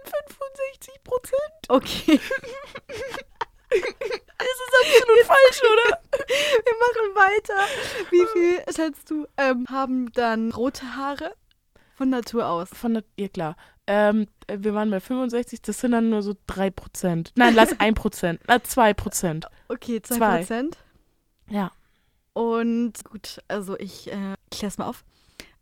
Speaker 3: 65 Prozent.
Speaker 2: okay.
Speaker 3: Das ist absolut falsch, oder?
Speaker 2: Wir machen weiter. Wie viel, schätzt du, ähm, haben dann rote Haare? Von Natur aus.
Speaker 3: Von der, ja klar. Ähm, wir waren bei 65, das sind dann nur so 3 Prozent. Nein, lass 1 Prozent. Na, 2 Prozent.
Speaker 2: Okay, 2%.
Speaker 3: Zwei.
Speaker 2: Prozent.
Speaker 3: Ja.
Speaker 2: Und gut, also ich äh, klär's mal auf.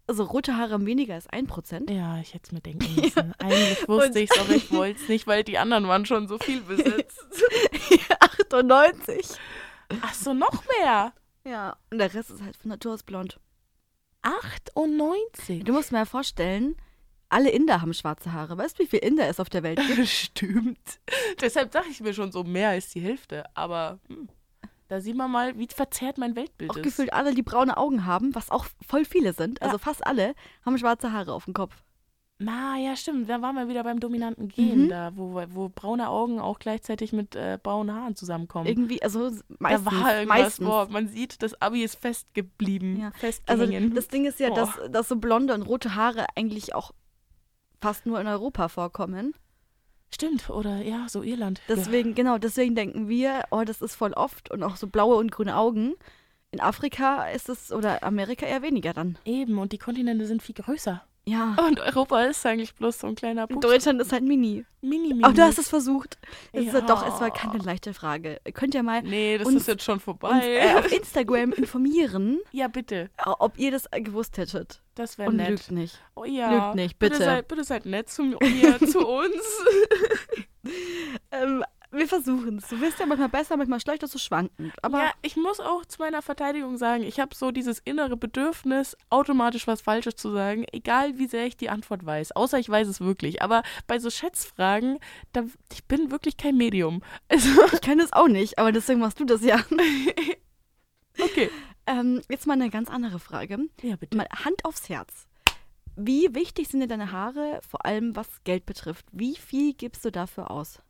Speaker 2: Also rote Haare haben weniger als 1%.
Speaker 3: Ja, ich hätte es mir denken müssen. Eigentlich wusste
Speaker 2: Und-
Speaker 3: ich es, aber ich wollte es nicht, weil die anderen waren schon so viel besetzt.
Speaker 2: 98.
Speaker 3: Ach so, noch mehr.
Speaker 2: Ja. Und der Rest ist halt von Natur aus blond.
Speaker 3: 98.
Speaker 2: Du musst mir ja vorstellen, alle Inder haben schwarze Haare. Weißt du, wie viel Inder es auf der Welt gibt?
Speaker 3: Stimmt. Deshalb sage ich mir schon so mehr als die Hälfte. Aber hm, da sieht man mal, wie verzerrt mein Weltbild
Speaker 2: Auch
Speaker 3: ist.
Speaker 2: gefühlt alle, die braune Augen haben, was auch voll viele sind, also fast alle, haben schwarze Haare auf dem Kopf.
Speaker 3: Na, ja, stimmt. Da waren wir wieder beim dominanten Gen,
Speaker 2: Mhm.
Speaker 3: da, wo, wo braune Augen auch gleichzeitig mit äh, braunen Haaren zusammenkommen.
Speaker 2: Irgendwie, also meistens.
Speaker 3: da war irgendwas.
Speaker 2: meistens.
Speaker 3: Boah, man sieht, das Abi ist festgeblieben.
Speaker 2: Ja. Also
Speaker 3: Festgehangen.
Speaker 2: das Ding ist ja,
Speaker 3: Boah.
Speaker 2: dass, dass so blonde und rote Haare eigentlich auch fast nur in Europa vorkommen.
Speaker 3: stimmt, oder ja, so Irland. ja.
Speaker 2: Deswegen, genau, deswegen denken wir, oh, das ist voll oft und auch so blaue und grüne Augen. In Afrika ist es oder Amerika eher weniger dann.
Speaker 3: Eben, und die Kontinente sind viel größer.
Speaker 2: Ja.
Speaker 3: Und Europa ist eigentlich bloß so ein kleiner
Speaker 2: In
Speaker 3: Pups. Oh,
Speaker 2: Deutschland ist halt Mini.
Speaker 3: mini, mini.
Speaker 2: Aber du hast es versucht. Es ist ja.
Speaker 3: Ja.
Speaker 2: doch, es war keine leichte Frage. Ihr könnt ja mal
Speaker 3: Nee, das
Speaker 2: uns-
Speaker 3: ist jetzt schon
Speaker 2: uns, äh,
Speaker 3: vorbei.
Speaker 2: auf Instagram informieren,
Speaker 3: ja, bitte.
Speaker 2: ob ihr das äh, gewusst hättet.
Speaker 3: Das wäre
Speaker 2: Und
Speaker 3: nett.
Speaker 2: lügt nicht.
Speaker 3: Oh ja.
Speaker 2: lügt nicht, bitte.
Speaker 3: Bitte seid, bitte seid nett zu mir, zu uns.
Speaker 2: Ähm, wir versuchen es. Du wirst ja manchmal besser, manchmal schlechter, so schwankend. Aber
Speaker 3: ja, ich muss auch zu meiner Verteidigung sagen, ich habe so dieses innere Bedürfnis, automatisch was Falsches zu sagen, egal wie sehr ich die Antwort weiß. Außer ich weiß es wirklich. Aber bei so Schätzfragen, da, ich bin wirklich kein Medium. Also,
Speaker 2: ich kann es auch nicht, aber deswegen machst du das ja.
Speaker 3: okay.
Speaker 2: Ähm, jetzt mal eine ganz andere Frage.
Speaker 3: Ja, bitte.
Speaker 2: Mal Hand aufs Herz. Wie wichtig sind dir deine Haare, vor allem was Geld betrifft? Wie viel gibst du dafür aus?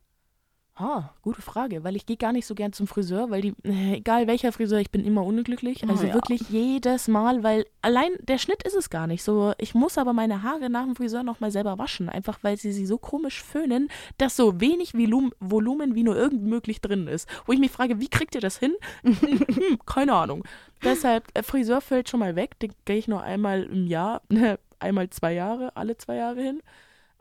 Speaker 3: Ah, gute Frage, weil ich gehe gar nicht so gern zum Friseur, weil die, äh, egal welcher Friseur, ich bin immer unglücklich.
Speaker 2: Oh
Speaker 3: Also
Speaker 2: ja.
Speaker 3: wirklich jedes Mal, weil allein der Schnitt ist es gar nicht so. Ich muss aber meine Haare nach dem Friseur nochmal selber waschen, einfach weil sie sie so komisch föhnen, dass so wenig Volum Volumen wie nur irgend möglich drin ist. Wo ich mich frage, wie kriegt ihr das hin? Hm, Keine Ahnung. Deshalb, äh, Friseur fällt schon mal weg, den gehe ich nur einmal im Jahr, einmal zwei Jahre, alle zwei Jahre hin.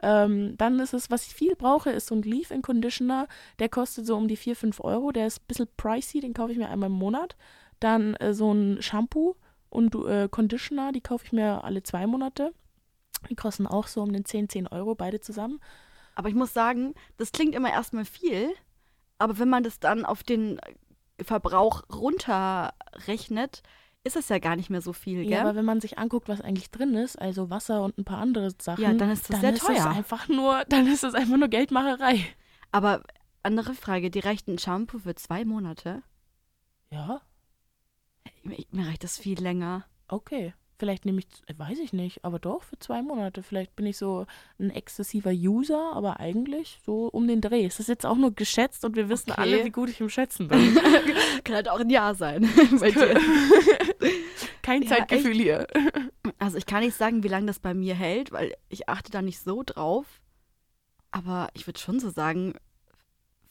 Speaker 3: Ähm, dann ist es, was ich viel brauche, ist so ein Leave-In-Conditioner. Der kostet so um die 4, 5 Euro. Der ist ein bisschen pricey, den kaufe ich mir einmal im Monat. Dann äh, so ein Shampoo und äh, Conditioner, die kaufe ich mir alle zwei Monate. Die kosten auch so um den 10, 10 Euro beide zusammen.
Speaker 2: Aber ich muss sagen, das klingt immer erstmal viel, aber wenn man das dann auf den Verbrauch runterrechnet, ist das ja gar nicht mehr so viel,
Speaker 3: Ja, aber
Speaker 2: gell?
Speaker 3: wenn man sich anguckt, was eigentlich drin ist, also Wasser und ein paar andere Sachen,
Speaker 2: Ja, dann ist das
Speaker 3: dann
Speaker 2: sehr
Speaker 3: ist
Speaker 2: teuer.
Speaker 3: einfach nur, dann ist das einfach nur Geldmacherei.
Speaker 2: aber andere Frage, die reicht ein Shampoo für zwei Monate?
Speaker 3: Ja,
Speaker 2: Mir- Mir reicht das viel länger.
Speaker 3: Okay. Vielleicht nehme ich, äh, weiß ich nicht, aber doch für zwei Monate. Vielleicht bin ich so ein exzessiver User, aber eigentlich so um den Dreh. Es ist jetzt auch nur geschätzt und wir wissen
Speaker 2: Okay.
Speaker 3: alle, wie gut ich im Schätzen bin.
Speaker 2: Kann halt auch ein Jahr sein. bei dir.
Speaker 3: Kein
Speaker 2: Ja,
Speaker 3: Zeitgefühl hier.
Speaker 2: Also ich kann nicht sagen, wie lange das bei mir hält, weil ich achte da nicht so drauf. Aber ich würde schon so sagen,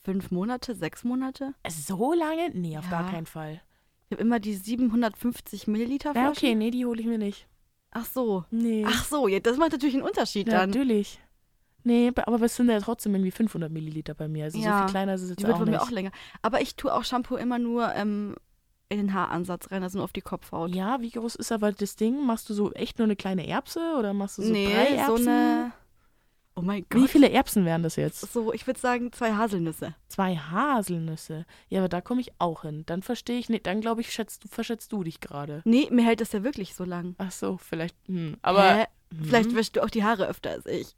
Speaker 2: fünf Monate, sechs Monate.
Speaker 3: So lange? Nee, auf
Speaker 2: Ja.
Speaker 3: gar keinen Fall.
Speaker 2: Ich habe immer die 750 Milliliter
Speaker 3: Ja,
Speaker 2: Flaschen.
Speaker 3: okay, nee, die hole ich mir nicht.
Speaker 2: Ach so.
Speaker 3: Nee.
Speaker 2: Ach so, ja, das macht natürlich einen Unterschied dann.
Speaker 3: natürlich. Nee, aber es sind ja trotzdem irgendwie 500 Milliliter bei mir. Also so
Speaker 2: Ja.
Speaker 3: viel kleiner ist es jetzt
Speaker 2: Die wird
Speaker 3: auch
Speaker 2: bei
Speaker 3: nicht.
Speaker 2: mir auch länger. Aber ich tue auch Shampoo immer nur ähm, in den Haaransatz rein, also nur auf die Kopfhaut.
Speaker 3: ja, wie groß ist aber das Ding? Machst du so echt nur eine kleine Erbse oder machst du so drei
Speaker 2: nee, so
Speaker 3: Erbsen?
Speaker 2: eine. Oh mein Gott.
Speaker 3: Wie viele Erbsen wären das jetzt?
Speaker 2: So, ich würde sagen, zwei Haselnüsse.
Speaker 3: Zwei Haselnüsse. Ja, aber da komme ich auch hin. Dann verstehe ich nicht. Dann glaube ich, schätzt, du- verschätzt du dich gerade.
Speaker 2: Nee, mir hält das ja wirklich so lang.
Speaker 3: Ach so, vielleicht. Hm. Aber
Speaker 2: Hä? Vielleicht
Speaker 3: Mhm.
Speaker 2: wäschst du auch die Haare öfter als ich.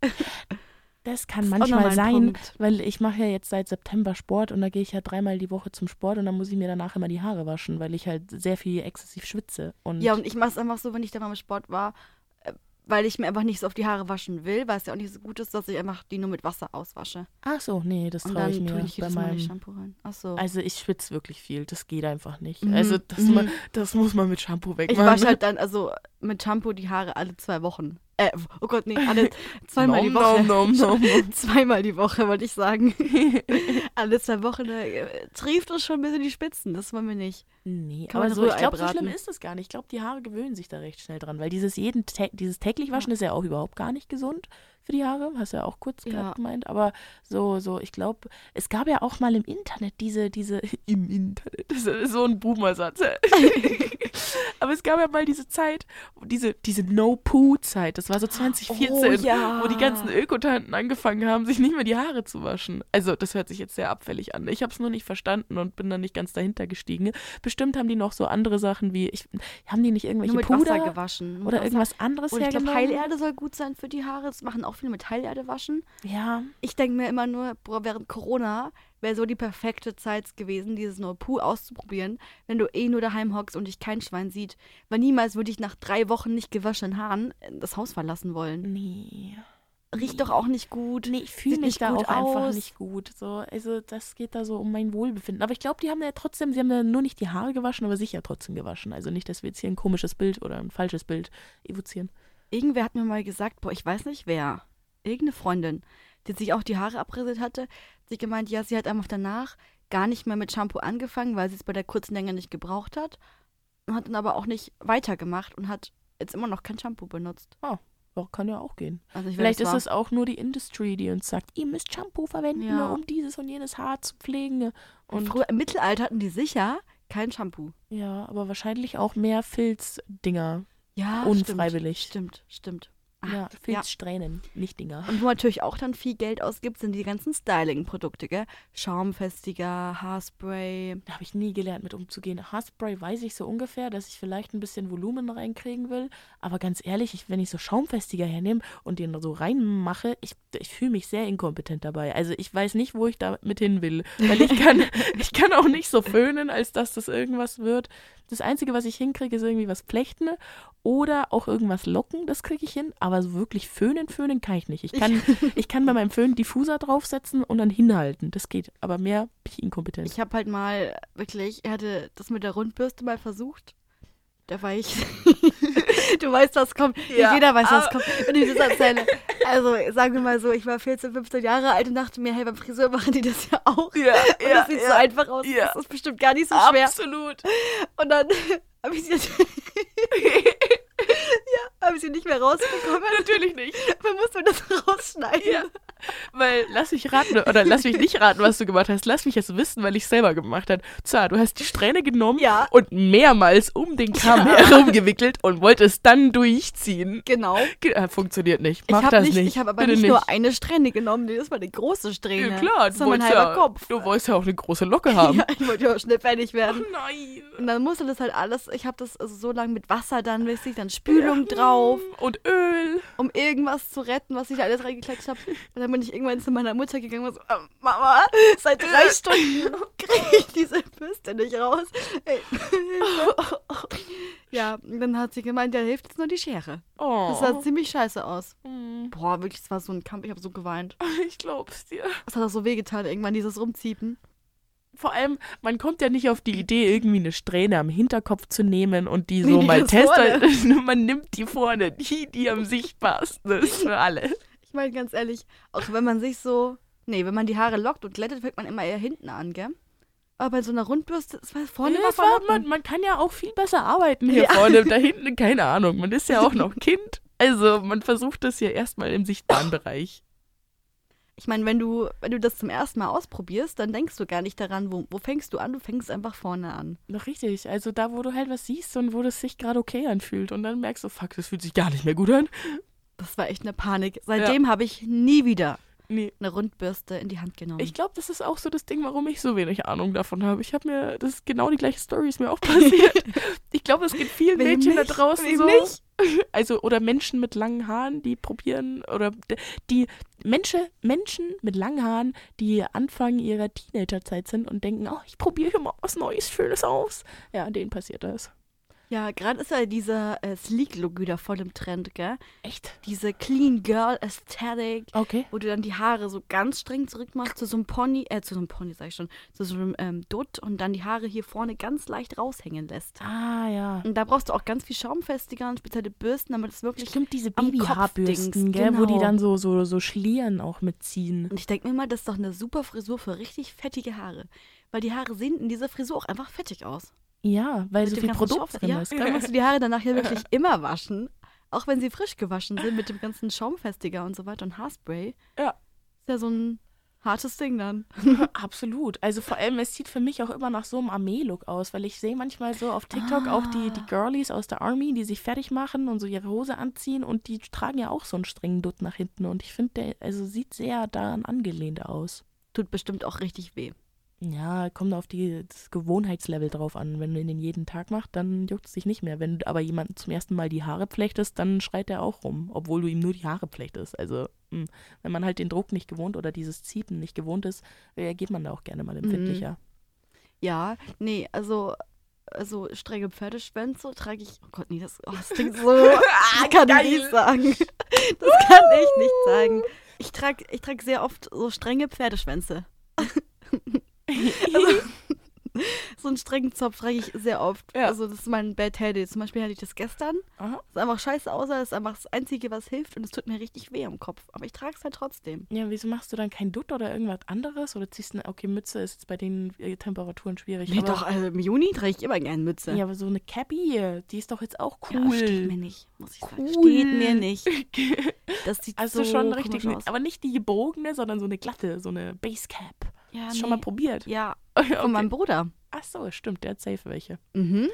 Speaker 3: das kann
Speaker 2: ist auch
Speaker 3: manchmal
Speaker 2: nochmal ein
Speaker 3: sein,
Speaker 2: Punkt.
Speaker 3: weil ich mache ja jetzt seit September Sport und da gehe ich ja dreimal die Woche zum Sport und dann muss ich mir danach immer die Haare waschen, weil ich halt sehr viel exzessiv schwitze. Und
Speaker 2: Ja, und ich mache es einfach so, wenn ich da mal im Sport war, äh, weil ich mir einfach nicht so auf die Haare waschen will, weil es ja auch nicht so gut ist, dass ich einfach die nur mit Wasser auswasche.
Speaker 3: ach so, nee, das
Speaker 2: Und
Speaker 3: traue
Speaker 2: dann
Speaker 3: ich mir
Speaker 2: tue ich
Speaker 3: bei
Speaker 2: jedes Mal das
Speaker 3: meinem
Speaker 2: Shampoo rein. Ach so.
Speaker 3: Also ich schwitze wirklich viel, das geht einfach nicht.
Speaker 2: Mhm,
Speaker 3: Also das,
Speaker 2: mhm.
Speaker 3: ma- das muss man mit Shampoo
Speaker 2: Ich
Speaker 3: wegmachen.
Speaker 2: wasche halt dann also mit Shampoo die Haare alle zwei Wochen. Äh, oh Gott, nee, alle zweimal die
Speaker 3: Nom,
Speaker 2: Woche.
Speaker 3: nom, nom, nom, nom.
Speaker 2: Zweimal die Woche, wollte ich sagen. alle zwei Wochen äh, trieft uns schon ein bisschen die Spitzen. Das wollen wir nicht.
Speaker 3: Nee,
Speaker 2: Kann man
Speaker 3: aber
Speaker 2: das
Speaker 3: so, ich
Speaker 2: Rührei
Speaker 3: glaube, so schlimm
Speaker 2: braten?
Speaker 3: ist das gar nicht. Ich glaube, die Haare gewöhnen sich da recht schnell dran, weil dieses jeden tä dieses täglich Waschen ist ja auch überhaupt gar nicht gesund für die Haare, hast du ja auch kurz
Speaker 2: Ja.
Speaker 3: gerade gemeint, aber so so, ich glaube, es gab ja auch mal im Internet diese diese im Internet, das ist so ein Boomer-Satz. aber es gab ja mal diese Zeit, diese diese No-Poo-Zeit, das war so 2014,
Speaker 2: Oh ja.
Speaker 3: wo die ganzen Ökotanten angefangen haben, sich nicht mehr die Haare zu waschen. Also, das hört sich jetzt sehr abfällig an. Ich habe es nur nicht verstanden und bin dann nicht ganz dahinter gestiegen. Bestimmt haben die noch so andere Sachen wie, ich, haben die nicht irgendwelche
Speaker 2: Nur mit
Speaker 3: Puder
Speaker 2: Wasser gewaschen. Nur
Speaker 3: oder
Speaker 2: mit Wasser.
Speaker 3: irgendwas anderes
Speaker 2: Und ich glaube,
Speaker 3: hergenommen?
Speaker 2: Heilerde soll gut sein für die Haare. Das machen auch viele mit Heilerde waschen.
Speaker 3: Ja,
Speaker 2: Ich denke mir immer nur, boah, während Corona wäre so die perfekte Zeit gewesen, dieses No Poo auszuprobieren, wenn du eh nur daheim hockst und dich kein Schwein sieht. Weil niemals würde ich nach drei Wochen nicht gewaschenen Haaren äh, das Haus verlassen wollen.
Speaker 3: nee.
Speaker 2: Riecht doch auch nicht gut.
Speaker 3: Nee, ich fühle
Speaker 2: Sieht
Speaker 3: mich
Speaker 2: nicht
Speaker 3: da
Speaker 2: gut
Speaker 3: auch einfach
Speaker 2: aus.
Speaker 3: nicht gut. So, also das geht da so um mein Wohlbefinden. Aber ich glaube, die haben ja trotzdem, sie haben ja nur nicht die Haare gewaschen, aber sich ja trotzdem gewaschen. Also nicht, dass wir jetzt hier ein komisches Bild oder ein falsches Bild evozieren.
Speaker 2: Irgendwer hat mir mal gesagt, boah, ich weiß nicht wer, irgendeine Freundin, die sich auch die Haare abrasiert hatte, hat sie gemeint, ja, sie hat einfach danach gar nicht mehr mit Shampoo angefangen, weil sie es bei der kurzen Länge nicht gebraucht hat und hat dann aber auch nicht weitergemacht und hat jetzt immer noch kein Shampoo benutzt.
Speaker 3: Ja, kann ja auch gehen.
Speaker 2: Also ich weiß,
Speaker 3: Vielleicht
Speaker 2: das
Speaker 3: ist
Speaker 2: war-
Speaker 3: es auch nur die Industry, die uns sagt, ihr müsst Shampoo verwenden,
Speaker 2: Ja.
Speaker 3: um dieses und jenes Haar zu pflegen. Und
Speaker 2: Früher, Im Mittelalter hatten die sicher kein Shampoo.
Speaker 3: ja, aber wahrscheinlich auch mehr Filzdinger.
Speaker 2: Ja,
Speaker 3: Unfreiwillig.
Speaker 2: Stimmt, stimmt. Ah,
Speaker 3: ja, Filzsträhnen, nicht Dinger.
Speaker 2: Und wo man natürlich auch dann viel Geld ausgibt, sind die ganzen Styling-Produkte, gell? Schaumfestiger, Haarspray.
Speaker 3: Da habe ich nie gelernt, mit umzugehen. Haarspray weiß ich so ungefähr, dass ich vielleicht ein bisschen Volumen reinkriegen will. Aber ganz ehrlich, ich, wenn ich so Schaumfestiger hernehme und den so reinmache, ich, ich fühle mich sehr inkompetent dabei. Also ich weiß nicht, wo ich damit hin will. Weil ich kann, ich kann auch nicht so föhnen, als dass das irgendwas wird. Das Einzige, was ich hinkriege, ist irgendwie was Flechten oder auch irgendwas Locken. Das kriege ich hin. Aber so wirklich föhnen, föhnen kann ich nicht. Ich kann, ich kann bei meinem Föhn Diffuser draufsetzen und dann hinhalten. Das geht. Aber mehr bin ich inkompetent.
Speaker 2: Ich habe halt mal wirklich, er hatte das mit der Rundbürste mal versucht. Da war ich. du weißt, was kommt.
Speaker 1: Ja,
Speaker 2: Jeder weiß, was
Speaker 1: aber-
Speaker 2: kommt, wenn ich das erzähle. Also, sagen wir mal so, ich war 14, 15 Jahre alt und dachte mir, hey, beim Friseur machen die das ja auch.
Speaker 3: Ja,
Speaker 2: Und das sieht so einfach aus.
Speaker 3: ja.
Speaker 2: Das ist bestimmt gar nicht so schwer.
Speaker 3: Absolut.
Speaker 2: Und dann habe ich sie ja, habe ich sie nicht mehr rausbekommen.
Speaker 3: Natürlich nicht.
Speaker 2: Man muss mir das rausschneiden.
Speaker 3: Ja. Weil lass mich raten, oder lass mich nicht raten, was du gemacht hast. Lass mich es wissen, weil ich selber gemacht habe. Zwar, du hast die Strähne genommen
Speaker 2: Ja.
Speaker 3: und mehrmals um den Kamm herumgewickelt und wolltest dann durchziehen.
Speaker 2: Genau.
Speaker 3: Ge- äh, Funktioniert nicht.
Speaker 2: Ich
Speaker 3: Mach
Speaker 2: habe
Speaker 3: das
Speaker 2: nicht,
Speaker 3: nicht.
Speaker 2: ich habe aber
Speaker 3: Bitte
Speaker 2: nicht, nur eine Strähne genommen, nee, das war eine große Strähne.
Speaker 3: ja, klar,
Speaker 2: das
Speaker 3: du
Speaker 2: war mein
Speaker 3: wolltest
Speaker 2: halber
Speaker 3: ja,
Speaker 2: Kopf.
Speaker 3: Du wolltest ja auch eine große Locke haben.
Speaker 2: Ja, ich wollte ja auch schnell fertig werden.
Speaker 3: Nein.
Speaker 2: Und dann musste das halt alles, ich habe das also so lange mit Wasser dann, weiß ich, dann Spülung drauf,
Speaker 3: Und Öl.
Speaker 2: um irgendwas zu retten, was ich da alles reingeklatscht habe. Und dann bin ich irgendwann zu meiner Mutter gegangen und war so, "Ah, Mama, seit drei Stunden kriege ich diese Bürste nicht raus. Ey. Ja, und dann hat sie gemeint, ja, hilft jetzt nur die Schere.
Speaker 3: Oh.
Speaker 2: Das sah ziemlich scheiße aus.
Speaker 3: Hm,
Speaker 2: Boah, wirklich, es war so ein Kampf, ich habe so geweint.
Speaker 3: ich glaub's dir.
Speaker 2: Es hat auch so wehgetan, irgendwann dieses Rumziepen.
Speaker 3: Vor allem, man kommt ja nicht auf die Idee, irgendwie eine Strähne am Hinterkopf zu nehmen und die so
Speaker 2: Nee, die
Speaker 3: mal
Speaker 2: ist
Speaker 3: testen. Man nimmt die vorne, die, die am sichtbarsten ist für alle.
Speaker 2: Ich meine, ganz ehrlich, auch wenn man sich so. Nee, wenn man die Haare lockt und glättet, fängt man immer eher hinten an, gell? Aber bei so einer Rundbürste, das war vorne
Speaker 3: Nee,
Speaker 2: war
Speaker 3: es war-
Speaker 2: verlockend.
Speaker 3: man, man kann ja auch viel besser arbeiten hier
Speaker 2: Ja.
Speaker 3: vorne, da hinten, keine Ahnung. Man ist ja auch noch Kind. Also man versucht das ja erstmal im sichtbaren Bereich.
Speaker 2: Ich meine, wenn du, wenn du das zum ersten Mal ausprobierst, dann denkst du gar nicht daran, wo, wo fängst du an? Du fängst einfach vorne an.
Speaker 3: Noch richtig. Also da, wo du halt was siehst und wo das sich gerade okay anfühlt. Und dann merkst du, fuck, das fühlt sich gar nicht mehr gut an.
Speaker 2: Das war echt eine Panik. Seitdem habe ich nie wieder
Speaker 3: Nee.
Speaker 2: eine Rundbürste in die Hand genommen.
Speaker 3: Ich glaube, das ist auch so das Ding, warum ich so wenig Ahnung davon habe. Ich habe mir, das ist genau die gleiche Story, ist mir auch passiert. ich glaube, es gibt vielen
Speaker 2: Wem
Speaker 3: Mädchen da
Speaker 2: nicht?
Speaker 3: draußen
Speaker 2: Wem
Speaker 3: so.
Speaker 2: nicht?
Speaker 3: Also, oder Menschen mit langen Haaren, die probieren, oder d- die Menschen, Menschen mit langen Haaren, die Anfang ihrer Teenagerzeit sind und denken, oh, ich probiere hier mal was Neues, Schönes aus. Ja, denen passiert das.
Speaker 2: ja, gerade ist ja dieser äh, Sleek-Look wieder voll im Trend, gell?
Speaker 3: Echt?
Speaker 2: Diese Clean Girl Aesthetic,
Speaker 3: Okay.
Speaker 2: wo du dann die Haare so ganz streng zurückmachst zu so einem Pony, äh, zu so einem Pony, sag ich schon, zu so einem ähm, Dutt und dann die Haare hier vorne ganz leicht raushängen lässt.
Speaker 3: Ah, ja.
Speaker 2: Und da brauchst du auch ganz viel Schaumfestiger und spezielle Bürsten, damit es wirklich.
Speaker 3: Stimmt, diese
Speaker 2: am Kopf
Speaker 3: Babyhaarbürsten,
Speaker 2: Dings,
Speaker 3: gell, wo die
Speaker 2: genau.
Speaker 3: dann so, so, so Schlieren auch mitziehen.
Speaker 2: Und ich denke mir mal, das ist doch eine super Frisur für richtig fettige Haare. Weil die Haare sehen in dieser Frisur auch einfach fettig aus.
Speaker 3: Ja, weil so
Speaker 2: dem
Speaker 3: viel
Speaker 2: ganzen
Speaker 3: Produkt
Speaker 2: Schaumfest-
Speaker 3: drin
Speaker 2: ja,
Speaker 3: ist.
Speaker 2: Dann
Speaker 3: gell?
Speaker 2: musst du die Haare danach ja wirklich immer waschen. Auch wenn sie frisch gewaschen sind mit dem ganzen Schaumfestiger und so weiter und Haarspray.
Speaker 3: Ja.
Speaker 2: Ist ja so ein hartes Ding dann.
Speaker 3: Absolut. Also vor allem, es sieht für mich auch immer nach so einem Armee-Look aus, weil ich sehe manchmal so auf TikTok auch die, die Girlies aus der Army, die sich fertig machen und so ihre Hose anziehen und die tragen ja auch so einen strengen Dutt nach hinten und ich finde, der also sieht sehr daran angelehnt aus.
Speaker 2: Tut bestimmt auch richtig weh.
Speaker 3: Ja, kommt auf die, das Gewohnheitslevel drauf an. Wenn du den jeden Tag machst, dann juckt es dich nicht mehr. Wenn du aber jemanden zum ersten Mal die Haare flechtest, dann schreit er auch rum, obwohl du ihm nur die Haare flechtest. Also, mh, wenn man halt den Druck nicht gewohnt oder dieses Ziepen nicht gewohnt ist, reagiert man da auch gerne mal empfindlicher.
Speaker 2: Ja, nee, also, also strenge Pferdeschwänze trage ich. Oh Gott, nee, das, oh, das klingt so. Das kann
Speaker 3: geil.
Speaker 2: ich nicht sagen. Das kann ich nicht sagen. Ich trage ich trag sehr oft so strenge Pferdeschwänze. also, so einen strengen Zopf trage ich sehr oft.
Speaker 3: Ja.
Speaker 2: Also, das ist mein Bad Headache. Zum Beispiel hatte ich das gestern.
Speaker 3: Aha.
Speaker 2: Das ist einfach scheiße aus, das ist einfach das Einzige, was hilft und es tut mir richtig weh am Kopf. Aber ich trage es halt trotzdem.
Speaker 3: Ja, wieso machst du dann kein Dutt oder irgendwas anderes? Oder ziehst eine, okay, Mütze ist jetzt bei den äh, Temperaturen schwierig.
Speaker 2: Nee,
Speaker 3: aber,
Speaker 2: doch, also im Juni trage ich immer gerne Mütze.
Speaker 3: Ja, aber so eine Cappy, die ist doch jetzt auch
Speaker 2: Ja, steht
Speaker 3: cool.
Speaker 2: mir nicht, muss ich sagen.
Speaker 3: Cool.
Speaker 2: Steht mir nicht. Das sieht
Speaker 3: also
Speaker 2: so
Speaker 3: schon
Speaker 2: komisch
Speaker 3: richtig,
Speaker 2: aus.
Speaker 3: aber nicht die gebogene, sondern so eine glatte, so eine Basecap.
Speaker 2: ja,
Speaker 3: Hast du schon mal probiert?
Speaker 2: Ja,
Speaker 3: Okay.
Speaker 2: von meinem Bruder.
Speaker 3: Ach so, stimmt, der hat safe welche.
Speaker 2: Mhm.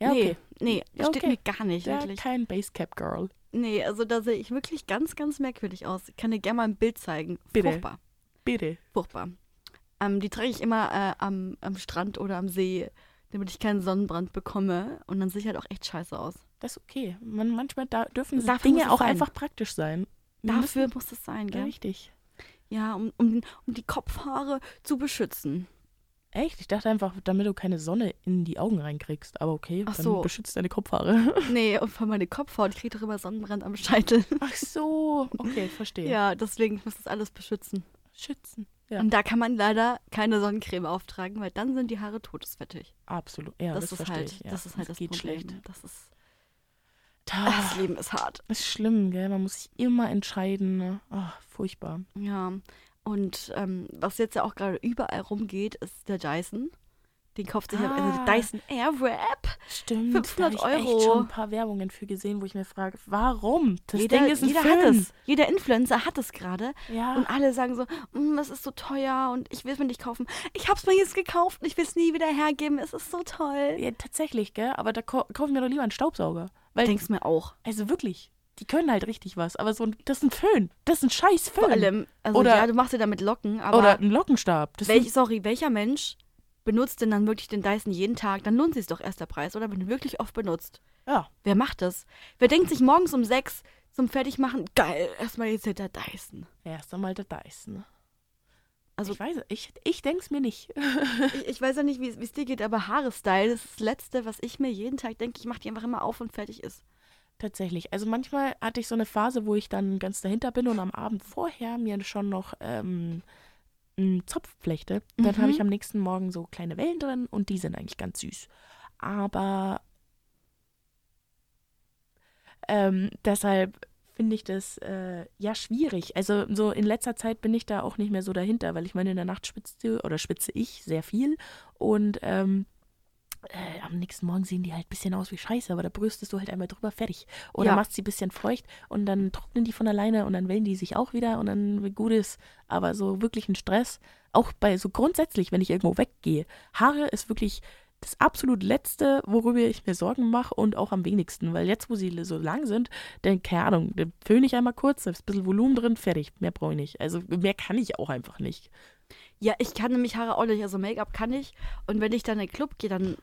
Speaker 3: Ja,
Speaker 2: nee,
Speaker 3: okay.
Speaker 2: nee,
Speaker 3: Ja,
Speaker 2: steht
Speaker 3: okay.
Speaker 2: mir gar nicht,
Speaker 3: Der
Speaker 2: wirklich.
Speaker 3: kein Basecap-Girl.
Speaker 2: Nee, also da sehe ich wirklich ganz, ganz merkwürdig aus. Ich kann dir gerne mal ein Bild zeigen.
Speaker 3: Bitte.
Speaker 2: Furchtbar,
Speaker 3: Bitte.
Speaker 2: furchtbar. Ähm, die trage ich immer äh, am, am Strand oder am See, damit ich keinen Sonnenbrand bekomme. Und dann sehe ich halt auch echt scheiße aus.
Speaker 3: Das ist okay. Man, manchmal da dürfen so
Speaker 2: Dafür muss
Speaker 3: Dinge
Speaker 2: es
Speaker 3: auch
Speaker 2: sein.
Speaker 3: einfach praktisch sein. Wir
Speaker 2: Dafür muss es sein,
Speaker 3: müssen- Ja,
Speaker 2: gell?
Speaker 3: richtig.
Speaker 2: Ja, um, um, um die Kopfhaare zu beschützen.
Speaker 3: Echt? Ich dachte einfach, damit du keine Sonne in die Augen reinkriegst. Aber okay,
Speaker 2: Ach
Speaker 3: dann
Speaker 2: so.
Speaker 3: beschützt deine Kopfhaare.
Speaker 2: Nee, und von meine Kopfhaut kriege ich doch immer Sonnenbrand am Scheitel.
Speaker 3: Ach so, okay, verstehe.
Speaker 2: Ja, deswegen muss das alles beschützen.
Speaker 3: Schützen. Ja,
Speaker 2: Und da kann man leider keine Sonnencreme auftragen, weil dann sind die Haare todesfettig.
Speaker 3: absolut. Ja, das,
Speaker 2: das, ist
Speaker 3: verstehe
Speaker 2: halt,
Speaker 3: ich. Ja.
Speaker 2: das ist halt das
Speaker 3: geht
Speaker 2: Problem.
Speaker 3: schlecht. Ah.
Speaker 2: Das ist,
Speaker 3: Das
Speaker 2: das Leben ist hart.
Speaker 3: ist schlimm, gell? Man muss sich immer entscheiden. ne? Ach, furchtbar.
Speaker 2: Ja. Und ähm, was jetzt ja auch gerade überall rumgeht, ist der Dyson. Den kauft sich ja also
Speaker 3: Ah.
Speaker 2: der Dyson Airwrap.
Speaker 3: Stimmt.
Speaker 2: 500
Speaker 3: da hab ich
Speaker 2: Euro.
Speaker 3: echt schon ein paar Werbungen für gesehen, wo ich mir frage, warum? Das Ding ist ein
Speaker 2: jeder
Speaker 3: Film. Ah.
Speaker 2: hat es. Jeder Influencer hat es gerade.
Speaker 3: Ja.
Speaker 2: Und alle sagen so, "Mm, das ist so teuer und ich will es mir nicht kaufen. Ich hab's mir jetzt gekauft und ich will es nie wieder hergeben. Es ist so toll.
Speaker 3: ja, tatsächlich, gell? Aber da kau kaufe ich mir doch lieber einen Staubsauger. Weil,
Speaker 2: Denk's mir auch.
Speaker 3: also wirklich, die können halt richtig was. Aber so ein, das ist ein Föhn. Das ist ein scheiß Föhn.
Speaker 2: Vor allem, also
Speaker 3: Oder-
Speaker 2: ja, du machst dir damit Locken, aber
Speaker 3: Oder ein Lockenstab. Das
Speaker 2: welch, sorry, welcher Mensch benutzt denn dann wirklich den Dyson jeden Tag? Dann lohnt sich doch erst der Preis, oder? Wenn du wirklich oft benutzt.
Speaker 3: ja.
Speaker 2: Wer macht das? Wer denkt sich morgens um sechs zum Fertigmachen, geil, erstmal jetzt hier der Dyson.
Speaker 3: Erst einmal der Dyson.
Speaker 2: Also-
Speaker 3: Also ich weiß, ich, ich denke es mir nicht.
Speaker 2: Ich, ich weiß ja nicht, wie es wie es dir geht, aber Haare-Style, das ist das Letzte, was ich mir jeden Tag denke. Ich mache die einfach immer auf und fertig ist.
Speaker 3: Tatsächlich. Also manchmal hatte ich so eine Phase, wo ich dann ganz dahinter bin und am Abend vorher mir schon noch ähm, einen Zopf flechte. Dann
Speaker 2: Mhm.
Speaker 3: habe ich am nächsten Morgen so kleine Wellen drin und die sind eigentlich ganz süß. Aber ähm, deshalb finde ich das äh, ja schwierig. Also so in letzter Zeit bin ich da auch nicht mehr so dahinter, weil ich meine, in der Nacht spitzt du oder spitze ich sehr viel und ähm, äh, am nächsten Morgen sehen die halt ein bisschen aus wie Scheiße, aber da brüstest du halt einmal drüber, fertig. Oder
Speaker 2: Ja.
Speaker 3: machst sie ein bisschen feucht und dann trocknen die von alleine und dann wellen die sich auch wieder und dann gut ist. Aber so wirklich ein Stress, auch bei so grundsätzlich, wenn ich irgendwo weggehe, Haare ist wirklich das absolut Letzte, worüber ich mir Sorgen mache und auch am wenigsten, weil jetzt, wo sie so lang sind, dann, keine Ahnung, dann föhne ich einmal kurz, da ist ein bisschen Volumen drin, fertig, mehr brauche ich nicht. Also mehr kann ich auch einfach nicht.
Speaker 2: Ja, ich kann nämlich Haare auch nicht, also Make-up kann ich. Und wenn ich dann in den Club gehe, dann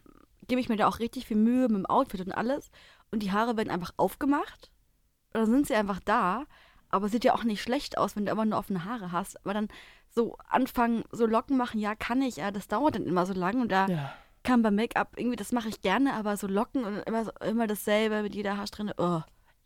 Speaker 2: gebe ich mir da auch richtig viel Mühe mit dem Outfit und alles. Und die Haare werden einfach aufgemacht. Und dann sind sie einfach da. Aber sieht ja auch nicht schlecht aus, wenn du immer nur offene Haare hast. Aber dann so anfangen, so Locken machen, ja, kann ich, ja, das dauert dann immer so lang. Und da
Speaker 3: Ja.
Speaker 2: kann beim Make-up irgendwie, das mache ich gerne, aber so Locken und immer, so- immer dasselbe mit jeder Haarsträhne, oh.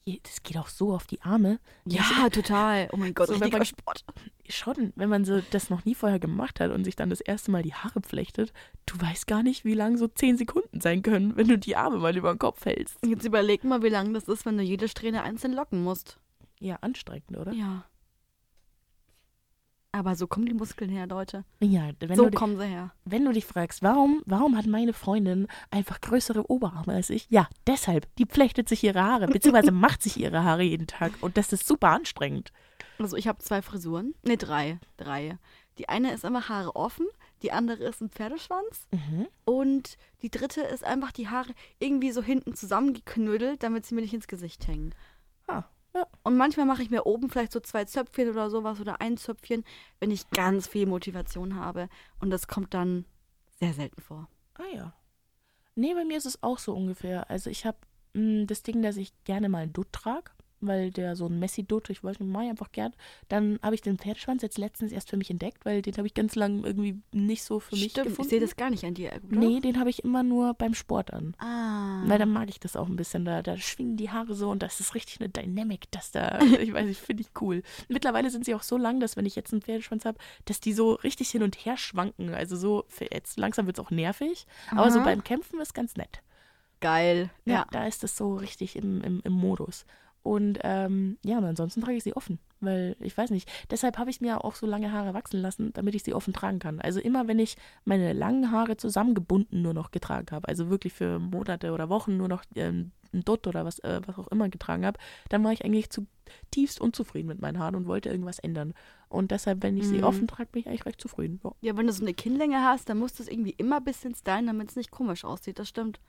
Speaker 3: Je- Das geht auch so auf die Arme.
Speaker 2: Ja, total. Oh mein Gott,
Speaker 3: So, wenn
Speaker 2: richtiger
Speaker 3: man-
Speaker 2: Sport.
Speaker 3: schon, wenn man so das noch nie vorher gemacht hat und sich dann das erste Mal die Haare flechtet, du weißt gar nicht, wie lang so 10 Sekunden sein können, wenn du die Arme mal über den Kopf hältst.
Speaker 2: Jetzt überleg mal, wie lang das ist, wenn du jede Strähne einzeln locken musst.
Speaker 3: Ja, anstrengend, oder?
Speaker 2: Ja. Aber so kommen die Muskeln her, Leute.
Speaker 3: Ja, wenn,
Speaker 2: so
Speaker 3: du, dich,
Speaker 2: kommen sie her.
Speaker 3: wenn du dich fragst, warum, warum hat meine Freundin einfach größere Oberarme als ich? Ja, deshalb, die flechtet sich ihre Haare, beziehungsweise macht sich ihre Haare jeden Tag und das ist super anstrengend.
Speaker 2: Also ich habe zwei Frisuren. Ne, drei. Drei. Die eine ist immer Haare offen, die andere ist ein Pferdeschwanz
Speaker 3: Mhm.
Speaker 2: und die dritte ist einfach die Haare irgendwie so hinten zusammengeknödelt, damit sie mir nicht ins Gesicht hängen.
Speaker 3: Ah, ja.
Speaker 2: Und manchmal mache ich mir oben vielleicht so zwei Zöpfchen oder sowas oder ein Zöpfchen, wenn ich ganz viel Motivation habe. Und das kommt dann sehr selten vor.
Speaker 3: Ah ja. Nee, bei mir ist es auch so ungefähr. Also ich habe das Ding, dass ich gerne mal einen Dutt trage, weil der so ein Messi-Dutt, ich weiß nicht, mach ich einfach gern. Dann habe ich den Pferdeschwanz jetzt letztens erst für mich entdeckt, weil den habe ich ganz lang irgendwie nicht so für mich
Speaker 2: Stimmt,
Speaker 3: gefunden.
Speaker 2: ich sehe das gar nicht an dir, oder?
Speaker 3: nee, den habe ich immer nur beim Sport an.
Speaker 2: Ah.
Speaker 3: Weil dann mag ich das auch ein bisschen. Da, da schwingen die Haare so und das ist richtig eine Dynamik, dass da, ich weiß nicht, finde ich cool. Mittlerweile sind sie auch so lang, dass wenn ich jetzt einen Pferdeschwanz habe, dass die so richtig hin und her schwanken. Also so, für jetzt langsam wird es auch nervig, aber so
Speaker 2: Aha.
Speaker 3: beim Kämpfen ist ganz nett.
Speaker 2: Geil.
Speaker 3: Ja.
Speaker 2: Ja.
Speaker 3: Da ist das so richtig im, im, im Modus. Und ähm, ja, und ansonsten trage ich sie offen, weil ich weiß nicht. Deshalb habe ich mir auch so lange Haare wachsen lassen, damit ich sie offen tragen kann. Also immer, wenn ich meine langen Haare zusammengebunden nur noch getragen habe, also wirklich für Monate oder Wochen nur noch ähm, ein Dutt oder was, äh, was auch immer getragen habe, dann war ich eigentlich zutiefst unzufrieden mit meinen Haaren und wollte irgendwas ändern. Und deshalb, wenn ich sie
Speaker 2: Mhm.
Speaker 3: offen trage, bin ich eigentlich recht zufrieden. Ja.
Speaker 2: Ja, wenn du so eine Kinnlänge hast, dann musst du es irgendwie immer ein bisschen stylen, damit es nicht komisch aussieht. Das stimmt.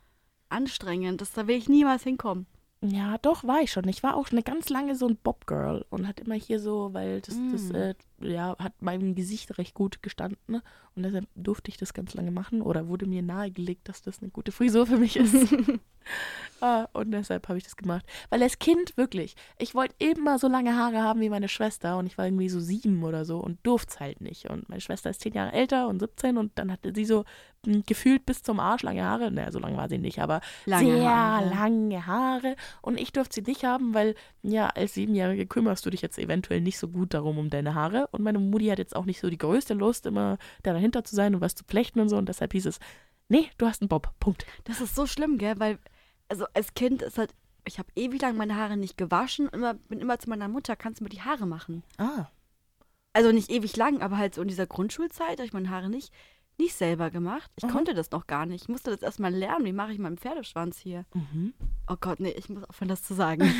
Speaker 2: Anstrengend. Das, da will ich niemals hinkommen.
Speaker 3: Ja, doch, war ich schon. Ich war auch eine ganz lange so ein Bob-Girl und hat immer hier so, weil das, das
Speaker 2: Mm.
Speaker 3: äh, ja, hat meinem Gesicht recht gut gestanden. ne? Und deshalb durfte ich das ganz lange machen oder wurde mir nahegelegt, dass das eine gute Frisur für mich ist. Ah, und deshalb habe ich das gemacht. Weil als Kind wirklich, ich wollte immer so lange Haare haben wie meine Schwester und ich war irgendwie so sieben oder so und durfte es halt nicht. Und meine Schwester ist zehn Jahre älter und 17 und dann hatte sie so mh, gefühlt bis zum Arsch lange Haare. Naja, so lang war sie nicht, aber
Speaker 2: Lange
Speaker 3: sehr
Speaker 2: Haare.
Speaker 3: lange Haare. Und ich durfte sie nicht haben, weil, ja, als Siebenjährige kümmerst du dich jetzt eventuell nicht so gut darum um deine Haare. Und meine Mutti hat jetzt auch nicht so die größte Lust, immer da dahinter zu sein und was zu flechten und so. Und deshalb hieß es, nee, du hast einen Bob. Punkt.
Speaker 2: Das ist so schlimm, gell? Weil, also als Kind ist halt, ich habe ewig lang meine Haare nicht gewaschen. Immer, bin immer zu meiner Mutter, kannst du mir die Haare machen?
Speaker 3: Ah.
Speaker 2: Also nicht ewig lang, aber halt so in dieser Grundschulzeit habe ich meine Haare nicht, nicht selber gemacht. Ich
Speaker 3: Aha.
Speaker 2: konnte das noch gar nicht. Ich musste das erstmal lernen. Wie mache ich meinen Pferdeschwanz hier?
Speaker 3: Mhm.
Speaker 2: Oh Gott, nee, ich muss aufhören, das zu sagen.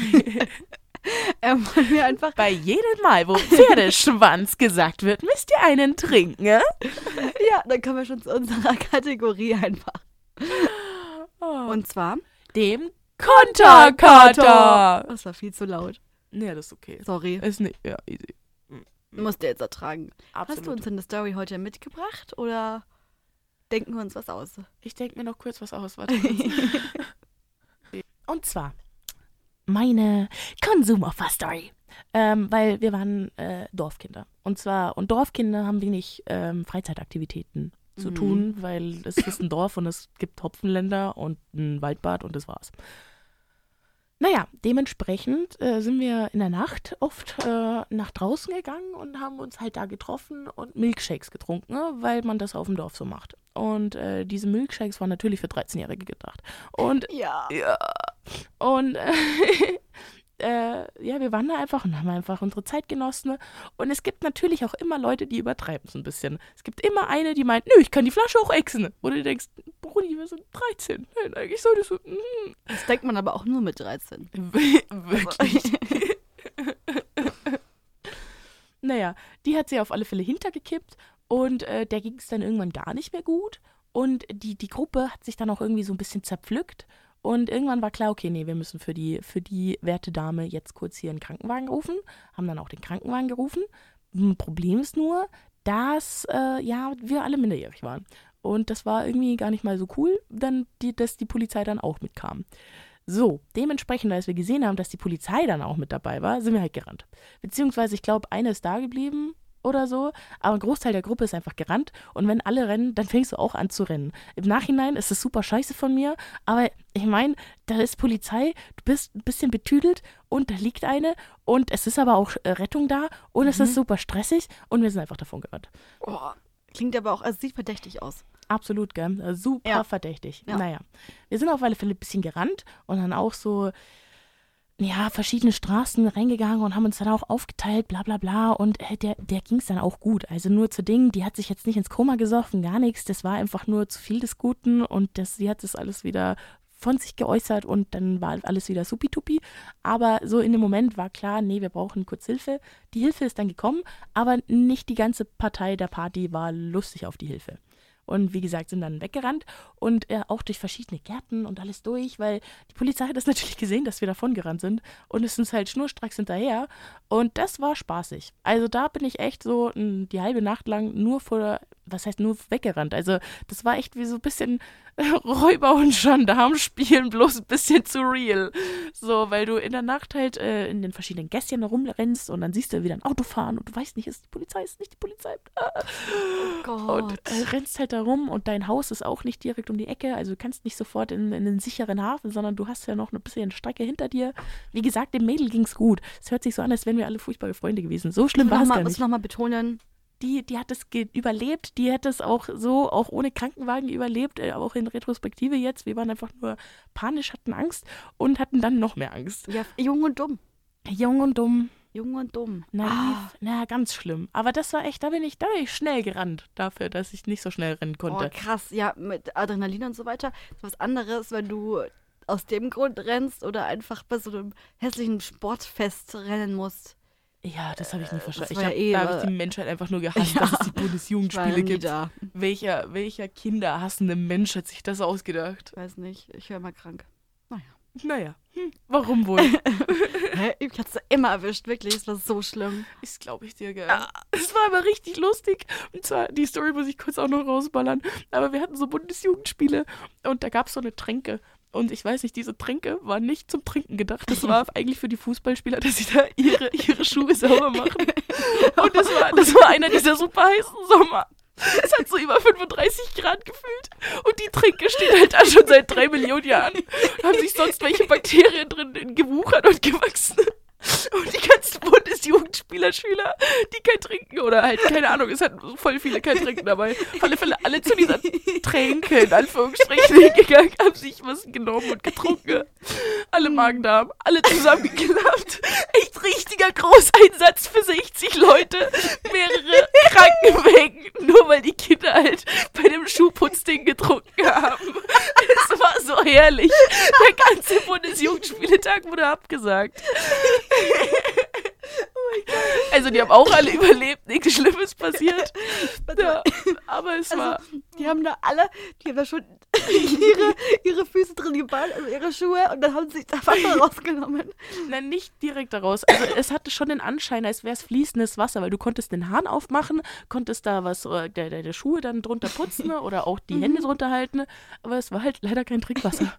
Speaker 2: er wollte mir einfach
Speaker 3: Bei jedem Mal, wo Pferdeschwanz gesagt wird, müsst ihr einen trinken, ne?
Speaker 2: Ja, dann kommen wir schon zu unserer Kategorie einfach.
Speaker 3: Oh.
Speaker 2: Und zwar.
Speaker 3: Dem Konterkater.
Speaker 2: Das war viel zu laut.
Speaker 3: Nee, das ist okay.
Speaker 2: Sorry.
Speaker 3: Ist nicht, ja, easy.
Speaker 2: Musst du jetzt ertragen. Hast du
Speaker 3: Absolut.
Speaker 2: uns eine Story heute mitgebracht oder denken wir uns was aus?
Speaker 3: Ich denke mir noch kurz was aus. Warte kurz. Und zwar meine Konsum Offer Story. Ähm, weil wir waren äh, Dorfkinder. Und zwar, und Dorfkinder haben wenig ähm, Freizeitaktivitäten zu
Speaker 2: Mhm.
Speaker 3: tun, weil es ist ein Dorf und es gibt Hopfenländer und ein Waldbad und das war's. Naja, dementsprechend äh, sind wir in der Nacht oft äh, nach draußen gegangen und haben uns halt da getroffen und Milkshakes getrunken, ne, weil man das auf dem Dorf so macht. Und äh, diese Milkshakes waren natürlich für 13-Jährige gedacht. Und
Speaker 2: Ja.
Speaker 3: ja. Und äh, äh, ja, wir waren da einfach und haben einfach unsere Zeit genossen. Und es gibt natürlich auch immer Leute, die übertreiben es ein bisschen. Es gibt immer eine, die meint, nö, ich kann die Flasche auch exen. Wo du denkst, Brudi, wir sind 13. Nein, eigentlich solltest du. Mm,
Speaker 2: Das denkt man aber auch nur mit 13.
Speaker 3: Wir- Wirklich. naja, die hat sie auf alle Fälle hintergekippt und äh, der ging es dann irgendwann gar nicht mehr gut. Und die, die Gruppe hat sich dann auch irgendwie so ein bisschen zerpflückt. Und irgendwann war klar, okay, nee, wir müssen für die, für die werte Dame jetzt kurz hier einen Krankenwagen rufen. Haben dann auch den Krankenwagen gerufen. Hm, Problem ist nur, dass äh, ja, wir alle minderjährig waren. Und das war irgendwie gar nicht mal so cool, dann die, dass die Polizei dann auch mitkam. So, dementsprechend, als wir gesehen haben, dass die Polizei dann auch mit dabei war, sind wir halt gerannt. Beziehungsweise, ich glaube, einer ist da geblieben oder so, aber ein Großteil der Gruppe ist einfach gerannt und wenn alle rennen, dann fängst du auch an zu rennen. Im Nachhinein ist es super scheiße von mir, aber ich meine, da ist Polizei, du bist ein bisschen betüdelt und da liegt eine und es ist aber auch äh, Rettung da und es ist super stressig und wir sind einfach davon gerannt.
Speaker 2: Oh, klingt aber auch, also sieht verdächtig aus.
Speaker 3: Absolut, gell? Äh, Super
Speaker 2: Ja.
Speaker 3: verdächtig.
Speaker 2: Ja.
Speaker 3: Naja. Wir sind auf alle Fälle ein bisschen gerannt und dann auch so, ja, verschiedene Straßen reingegangen und haben uns dann auch aufgeteilt, bla bla bla. Und äh, der, der ging es dann auch gut. Also nur zu Dingen, die hat sich jetzt nicht ins Koma gesoffen, gar nichts. Das war einfach nur zu viel des Guten und das, sie hat das alles wieder von sich geäußert und dann war alles wieder supi-tupi. Aber so in dem Moment war klar, nee, wir brauchen kurz Hilfe. Die Hilfe ist dann gekommen, aber nicht die ganze Partei der Party war lustig auf die Hilfe. Und wie gesagt, sind dann weggerannt und äh, auch durch verschiedene Gärten und alles durch, weil die Polizei hat das natürlich gesehen, dass wir davon gerannt sind und ist uns halt schnurstracks hinterher. Und das war spaßig. Also da bin ich echt so mh, die halbe Nacht lang nur vor, was heißt nur weggerannt. Also das war echt wie so ein bisschen Räuber und Gendarm spielen, bloß ein bisschen zu real. So, weil du in der Nacht halt äh, in den verschiedenen Gässchen rumrennst und dann siehst du wieder ein Auto fahren und du weißt nicht, ist die Polizei, ist nicht die Polizei. Ah. Und
Speaker 2: Gott.
Speaker 3: äh, rennst halt da rum und dein Haus ist auch nicht direkt um die Ecke, also du kannst nicht sofort in, in den sicheren Hafen, sondern du hast ja noch ein bisschen Strecke hinter dir. Wie gesagt, dem Mädel ging's gut. Es hört sich so an, als wären wir alle furchtbare Freunde gewesen. So schlimm war es gar
Speaker 2: nochmal, muss ich
Speaker 3: nicht.
Speaker 2: nochmal betonen,
Speaker 3: Die, die hat es ge- überlebt, die hätte es auch so, auch ohne Krankenwagen überlebt, äh, auch in Retrospektive jetzt. Wir waren einfach nur panisch, hatten Angst und hatten dann noch mehr Angst.
Speaker 2: ja, jung und dumm.
Speaker 3: Jung und dumm,
Speaker 2: Jung und dumm.
Speaker 3: naiv,
Speaker 2: Ah,
Speaker 3: na ganz schlimm. Aber das war echt, da bin ich, da bin ich schnell gerannt dafür, dass ich nicht so schnell rennen konnte.
Speaker 2: Oh, krass, ja, mit Adrenalin und so weiter. Ist was anderes, wenn du aus dem Grund rennst oder einfach bei so einem hässlichen Sportfest rennen musst.
Speaker 3: Ja, das habe ich nie verstanden. Ich
Speaker 2: war
Speaker 3: hab,
Speaker 2: ja eh,
Speaker 3: da habe ich
Speaker 2: äh,
Speaker 3: die Menschheit einfach nur gehasst, dass es die
Speaker 2: Ich war ja
Speaker 3: Bundesjugendspiele
Speaker 2: nie
Speaker 3: gibt.
Speaker 2: da.
Speaker 3: Welcher, welcher kinderhassende Mensch hat sich das ausgedacht?
Speaker 2: Ich weiß nicht, ich höre mal krank.
Speaker 3: Naja, hm, warum wohl?
Speaker 2: Hä? Ich hat's immer erwischt, wirklich, es war so schlimm.
Speaker 3: Ist, glaube ich dir, gell? Es war aber richtig lustig. Und zwar, die Story muss ich kurz auch noch rausballern. Aber wir hatten so Bundesjugendspiele und da gab es so eine Tränke. Und ich weiß nicht, diese Tränke waren nicht zum Trinken gedacht. Das war eigentlich für die Fußballspieler, dass sie da ihre, ihre Schuhe sauber machen. Und das war, das war einer dieser super heißen Sommer. Es hat so über 35 Grad gefühlt. Und die Tränke steht halt da schon seit drei Millionen Jahren. Haben sich sonst welche Bakterien drin gewuchert und gewachsen. Und die ganzen Bundesjugendspieler, Schüler, die kein Trinken oder halt, keine Ahnung, es hatten voll viele kein Trinken dabei. Auf alle Fälle alle zu dieser Tränke, in Anführungsstrichen, hingegangen, haben sich was genommen und getrunken. Alle Magen-Darm, alle zusammengeklappt. Echt richtiger Großeinsatz für 60 Leute. Mehrere Krankenwagen, nur weil die Kinder halt bei dem Schuhputzding getrunken haben. Es war so herrlich. Der ganze Bundesjugendspieletag wurde abgesagt. Also die haben auch alle überlebt, nichts Schlimmes passiert. Ja, aber es
Speaker 2: Also,
Speaker 3: war
Speaker 2: Die haben da alle, die haben da schon ihre, ihre Füße drin geballt, also ihre Schuhe, und dann haben sie sich da Wasser rausgenommen.
Speaker 3: Nein, nicht direkt daraus. Also es hatte schon den Anschein, als wäre es fließendes Wasser, weil du konntest den Hahn aufmachen, konntest da was, äh, de- deine Schuhe dann drunter putzen oder auch die Hände drunter halten, aber es war halt leider kein Trinkwasser.
Speaker 2: Ach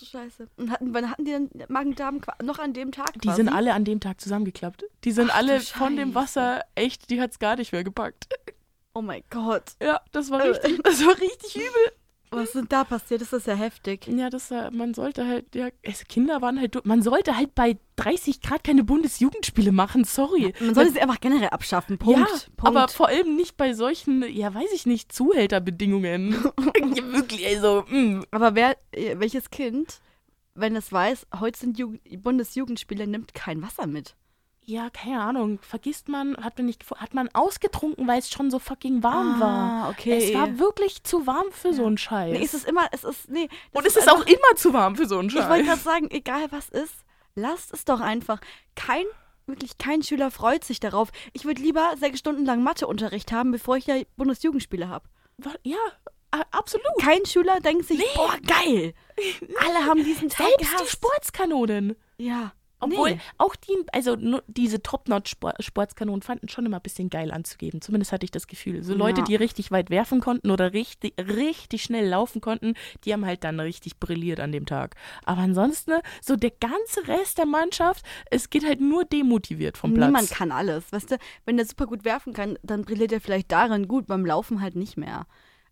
Speaker 2: Du Scheiße. Und hatten, wann hatten die denn Magen-Darm qua- noch an dem Tag?
Speaker 3: Die
Speaker 2: quasi?
Speaker 3: sind alle an dem Tag zusammengeklappt. Die sind
Speaker 2: Ach du
Speaker 3: alle von dem
Speaker 2: Scheiße.
Speaker 3: Wasser, echt, die hat's gar nicht mehr gepackt.
Speaker 2: Oh mein Gott.
Speaker 3: Ja, das war
Speaker 2: Äh.
Speaker 3: richtig, das war richtig übel.
Speaker 2: Was ist denn da passiert? Das ist ja heftig.
Speaker 3: Ja, das, äh, man sollte halt, ja, es- Kinder waren halt, du- man sollte halt bei 30 Grad keine Bundesjugendspiele machen, sorry.
Speaker 2: Man sollte sie einfach generell abschaffen. Punkt.
Speaker 3: ja,
Speaker 2: Punkt.
Speaker 3: aber vor allem nicht bei solchen, ja, weiß ich nicht, Zuhälterbedingungen. ja, wirklich, also, mm.
Speaker 2: Aber wer, äh, welches Kind wenn es weiß, heute sind Jugend Bundesjugendspiele, nimmt kein Wasser mit.
Speaker 3: Ja, keine Ahnung. Vergisst man, hat man, nicht, hat man ausgetrunken, weil es schon so fucking
Speaker 2: Ah,
Speaker 3: warm war.
Speaker 2: okay.
Speaker 3: Es war wirklich zu warm für so einen Scheiß.
Speaker 2: Nee, es ist immer, es ist, nee. das
Speaker 3: Und es ist auch
Speaker 2: einfach-
Speaker 3: immer zu warm für so einen
Speaker 2: Ich wollte
Speaker 3: Scheiß.
Speaker 2: gerade sagen, egal was ist, lasst es doch einfach. Kein, wirklich kein Schüler freut sich darauf. Ich würde lieber sechs Stunden lang Matheunterricht haben, bevor ich ja Bundesjugendspiele habe.
Speaker 3: Wa- Ja, a- absolut.
Speaker 2: Kein Schüler denkt sich, boah, geil. Alle haben diesen Tag
Speaker 3: Selbst die
Speaker 2: gehasst.
Speaker 3: Sportskanonen.
Speaker 2: Ja.
Speaker 3: Obwohl
Speaker 2: Nee.
Speaker 3: auch die, also nur diese Top-Notch-Sportskanonen fanden schon immer ein bisschen geil anzugeben. Zumindest hatte ich das Gefühl. So Leute,
Speaker 2: Ja.
Speaker 3: die richtig weit werfen konnten oder richtig, richtig schnell laufen konnten, die haben halt dann richtig brilliert an dem Tag. Aber ansonsten, so der ganze Rest der Mannschaft, es geht halt nur demotiviert vom Platz.
Speaker 2: Niemand kann alles, weißt du? Wenn der super gut werfen kann, dann brilliert er vielleicht darin gut, beim Laufen halt nicht mehr.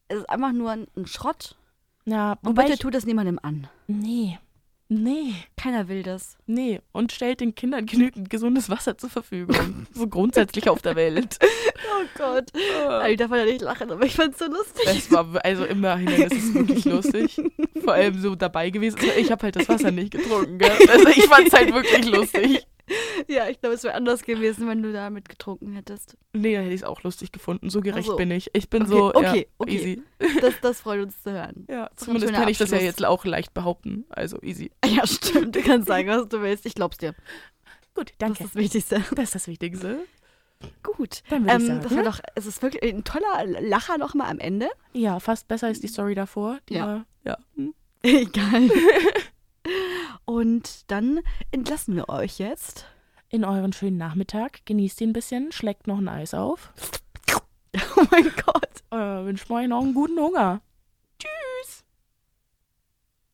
Speaker 2: Es ist einfach nur ein, ein Schrott.
Speaker 3: Ja,
Speaker 2: Und
Speaker 3: wobei
Speaker 2: bitte
Speaker 3: ich,
Speaker 2: tut das niemandem an.
Speaker 3: Nee. Nee.
Speaker 2: Keiner will das.
Speaker 3: Nee, und stellt den Kindern genügend gesundes Wasser zur Verfügung. so grundsätzlich auf der Welt.
Speaker 2: Oh Gott. Ich darf ja nicht lachen, aber ich fand's so lustig.
Speaker 3: Es war also im Nachhinein, das ist wirklich lustig. Vor allem so dabei gewesen. Ich habe halt das Wasser nicht getrunken, gell? Also ich fand es halt wirklich lustig.
Speaker 2: Ja, ich glaube, es wäre anders gewesen, wenn du damit getrunken hättest.
Speaker 3: Nee, da hätte ich es auch lustig gefunden. So gerecht
Speaker 2: Ach so.
Speaker 3: bin ich. Ich bin
Speaker 2: Okay,
Speaker 3: so
Speaker 2: okay,
Speaker 3: ja,
Speaker 2: okay.
Speaker 3: easy.
Speaker 2: Das, das freut uns zu hören.
Speaker 3: Ja,
Speaker 2: ein
Speaker 3: zumindest
Speaker 2: schöner
Speaker 3: kann ich das ja
Speaker 2: Abschluss.
Speaker 3: jetzt auch leicht behaupten. Also easy.
Speaker 2: Ja, stimmt. Du kannst sagen, was du willst. Ich glaub's dir.
Speaker 3: Gut,
Speaker 2: Das
Speaker 3: danke.
Speaker 2: ist das Wichtigste.
Speaker 3: Das ist das Wichtigste.
Speaker 2: Gut.
Speaker 3: Dann würde ich
Speaker 2: Ähm, das war
Speaker 3: sagen.
Speaker 2: doch, es ist wirklich ein toller Lacher nochmal am Ende.
Speaker 3: Ja, fast besser als die Story davor. Die
Speaker 2: Ja.
Speaker 3: War, mhm. ja. Hm.
Speaker 2: Egal. Und dann entlassen wir euch jetzt.
Speaker 3: In euren schönen Nachmittag. Genießt ihn ein bisschen. Schlägt noch ein Eis auf.
Speaker 2: Oh mein Gott.
Speaker 3: Äh, wünscht mir euch noch einen guten Hunger.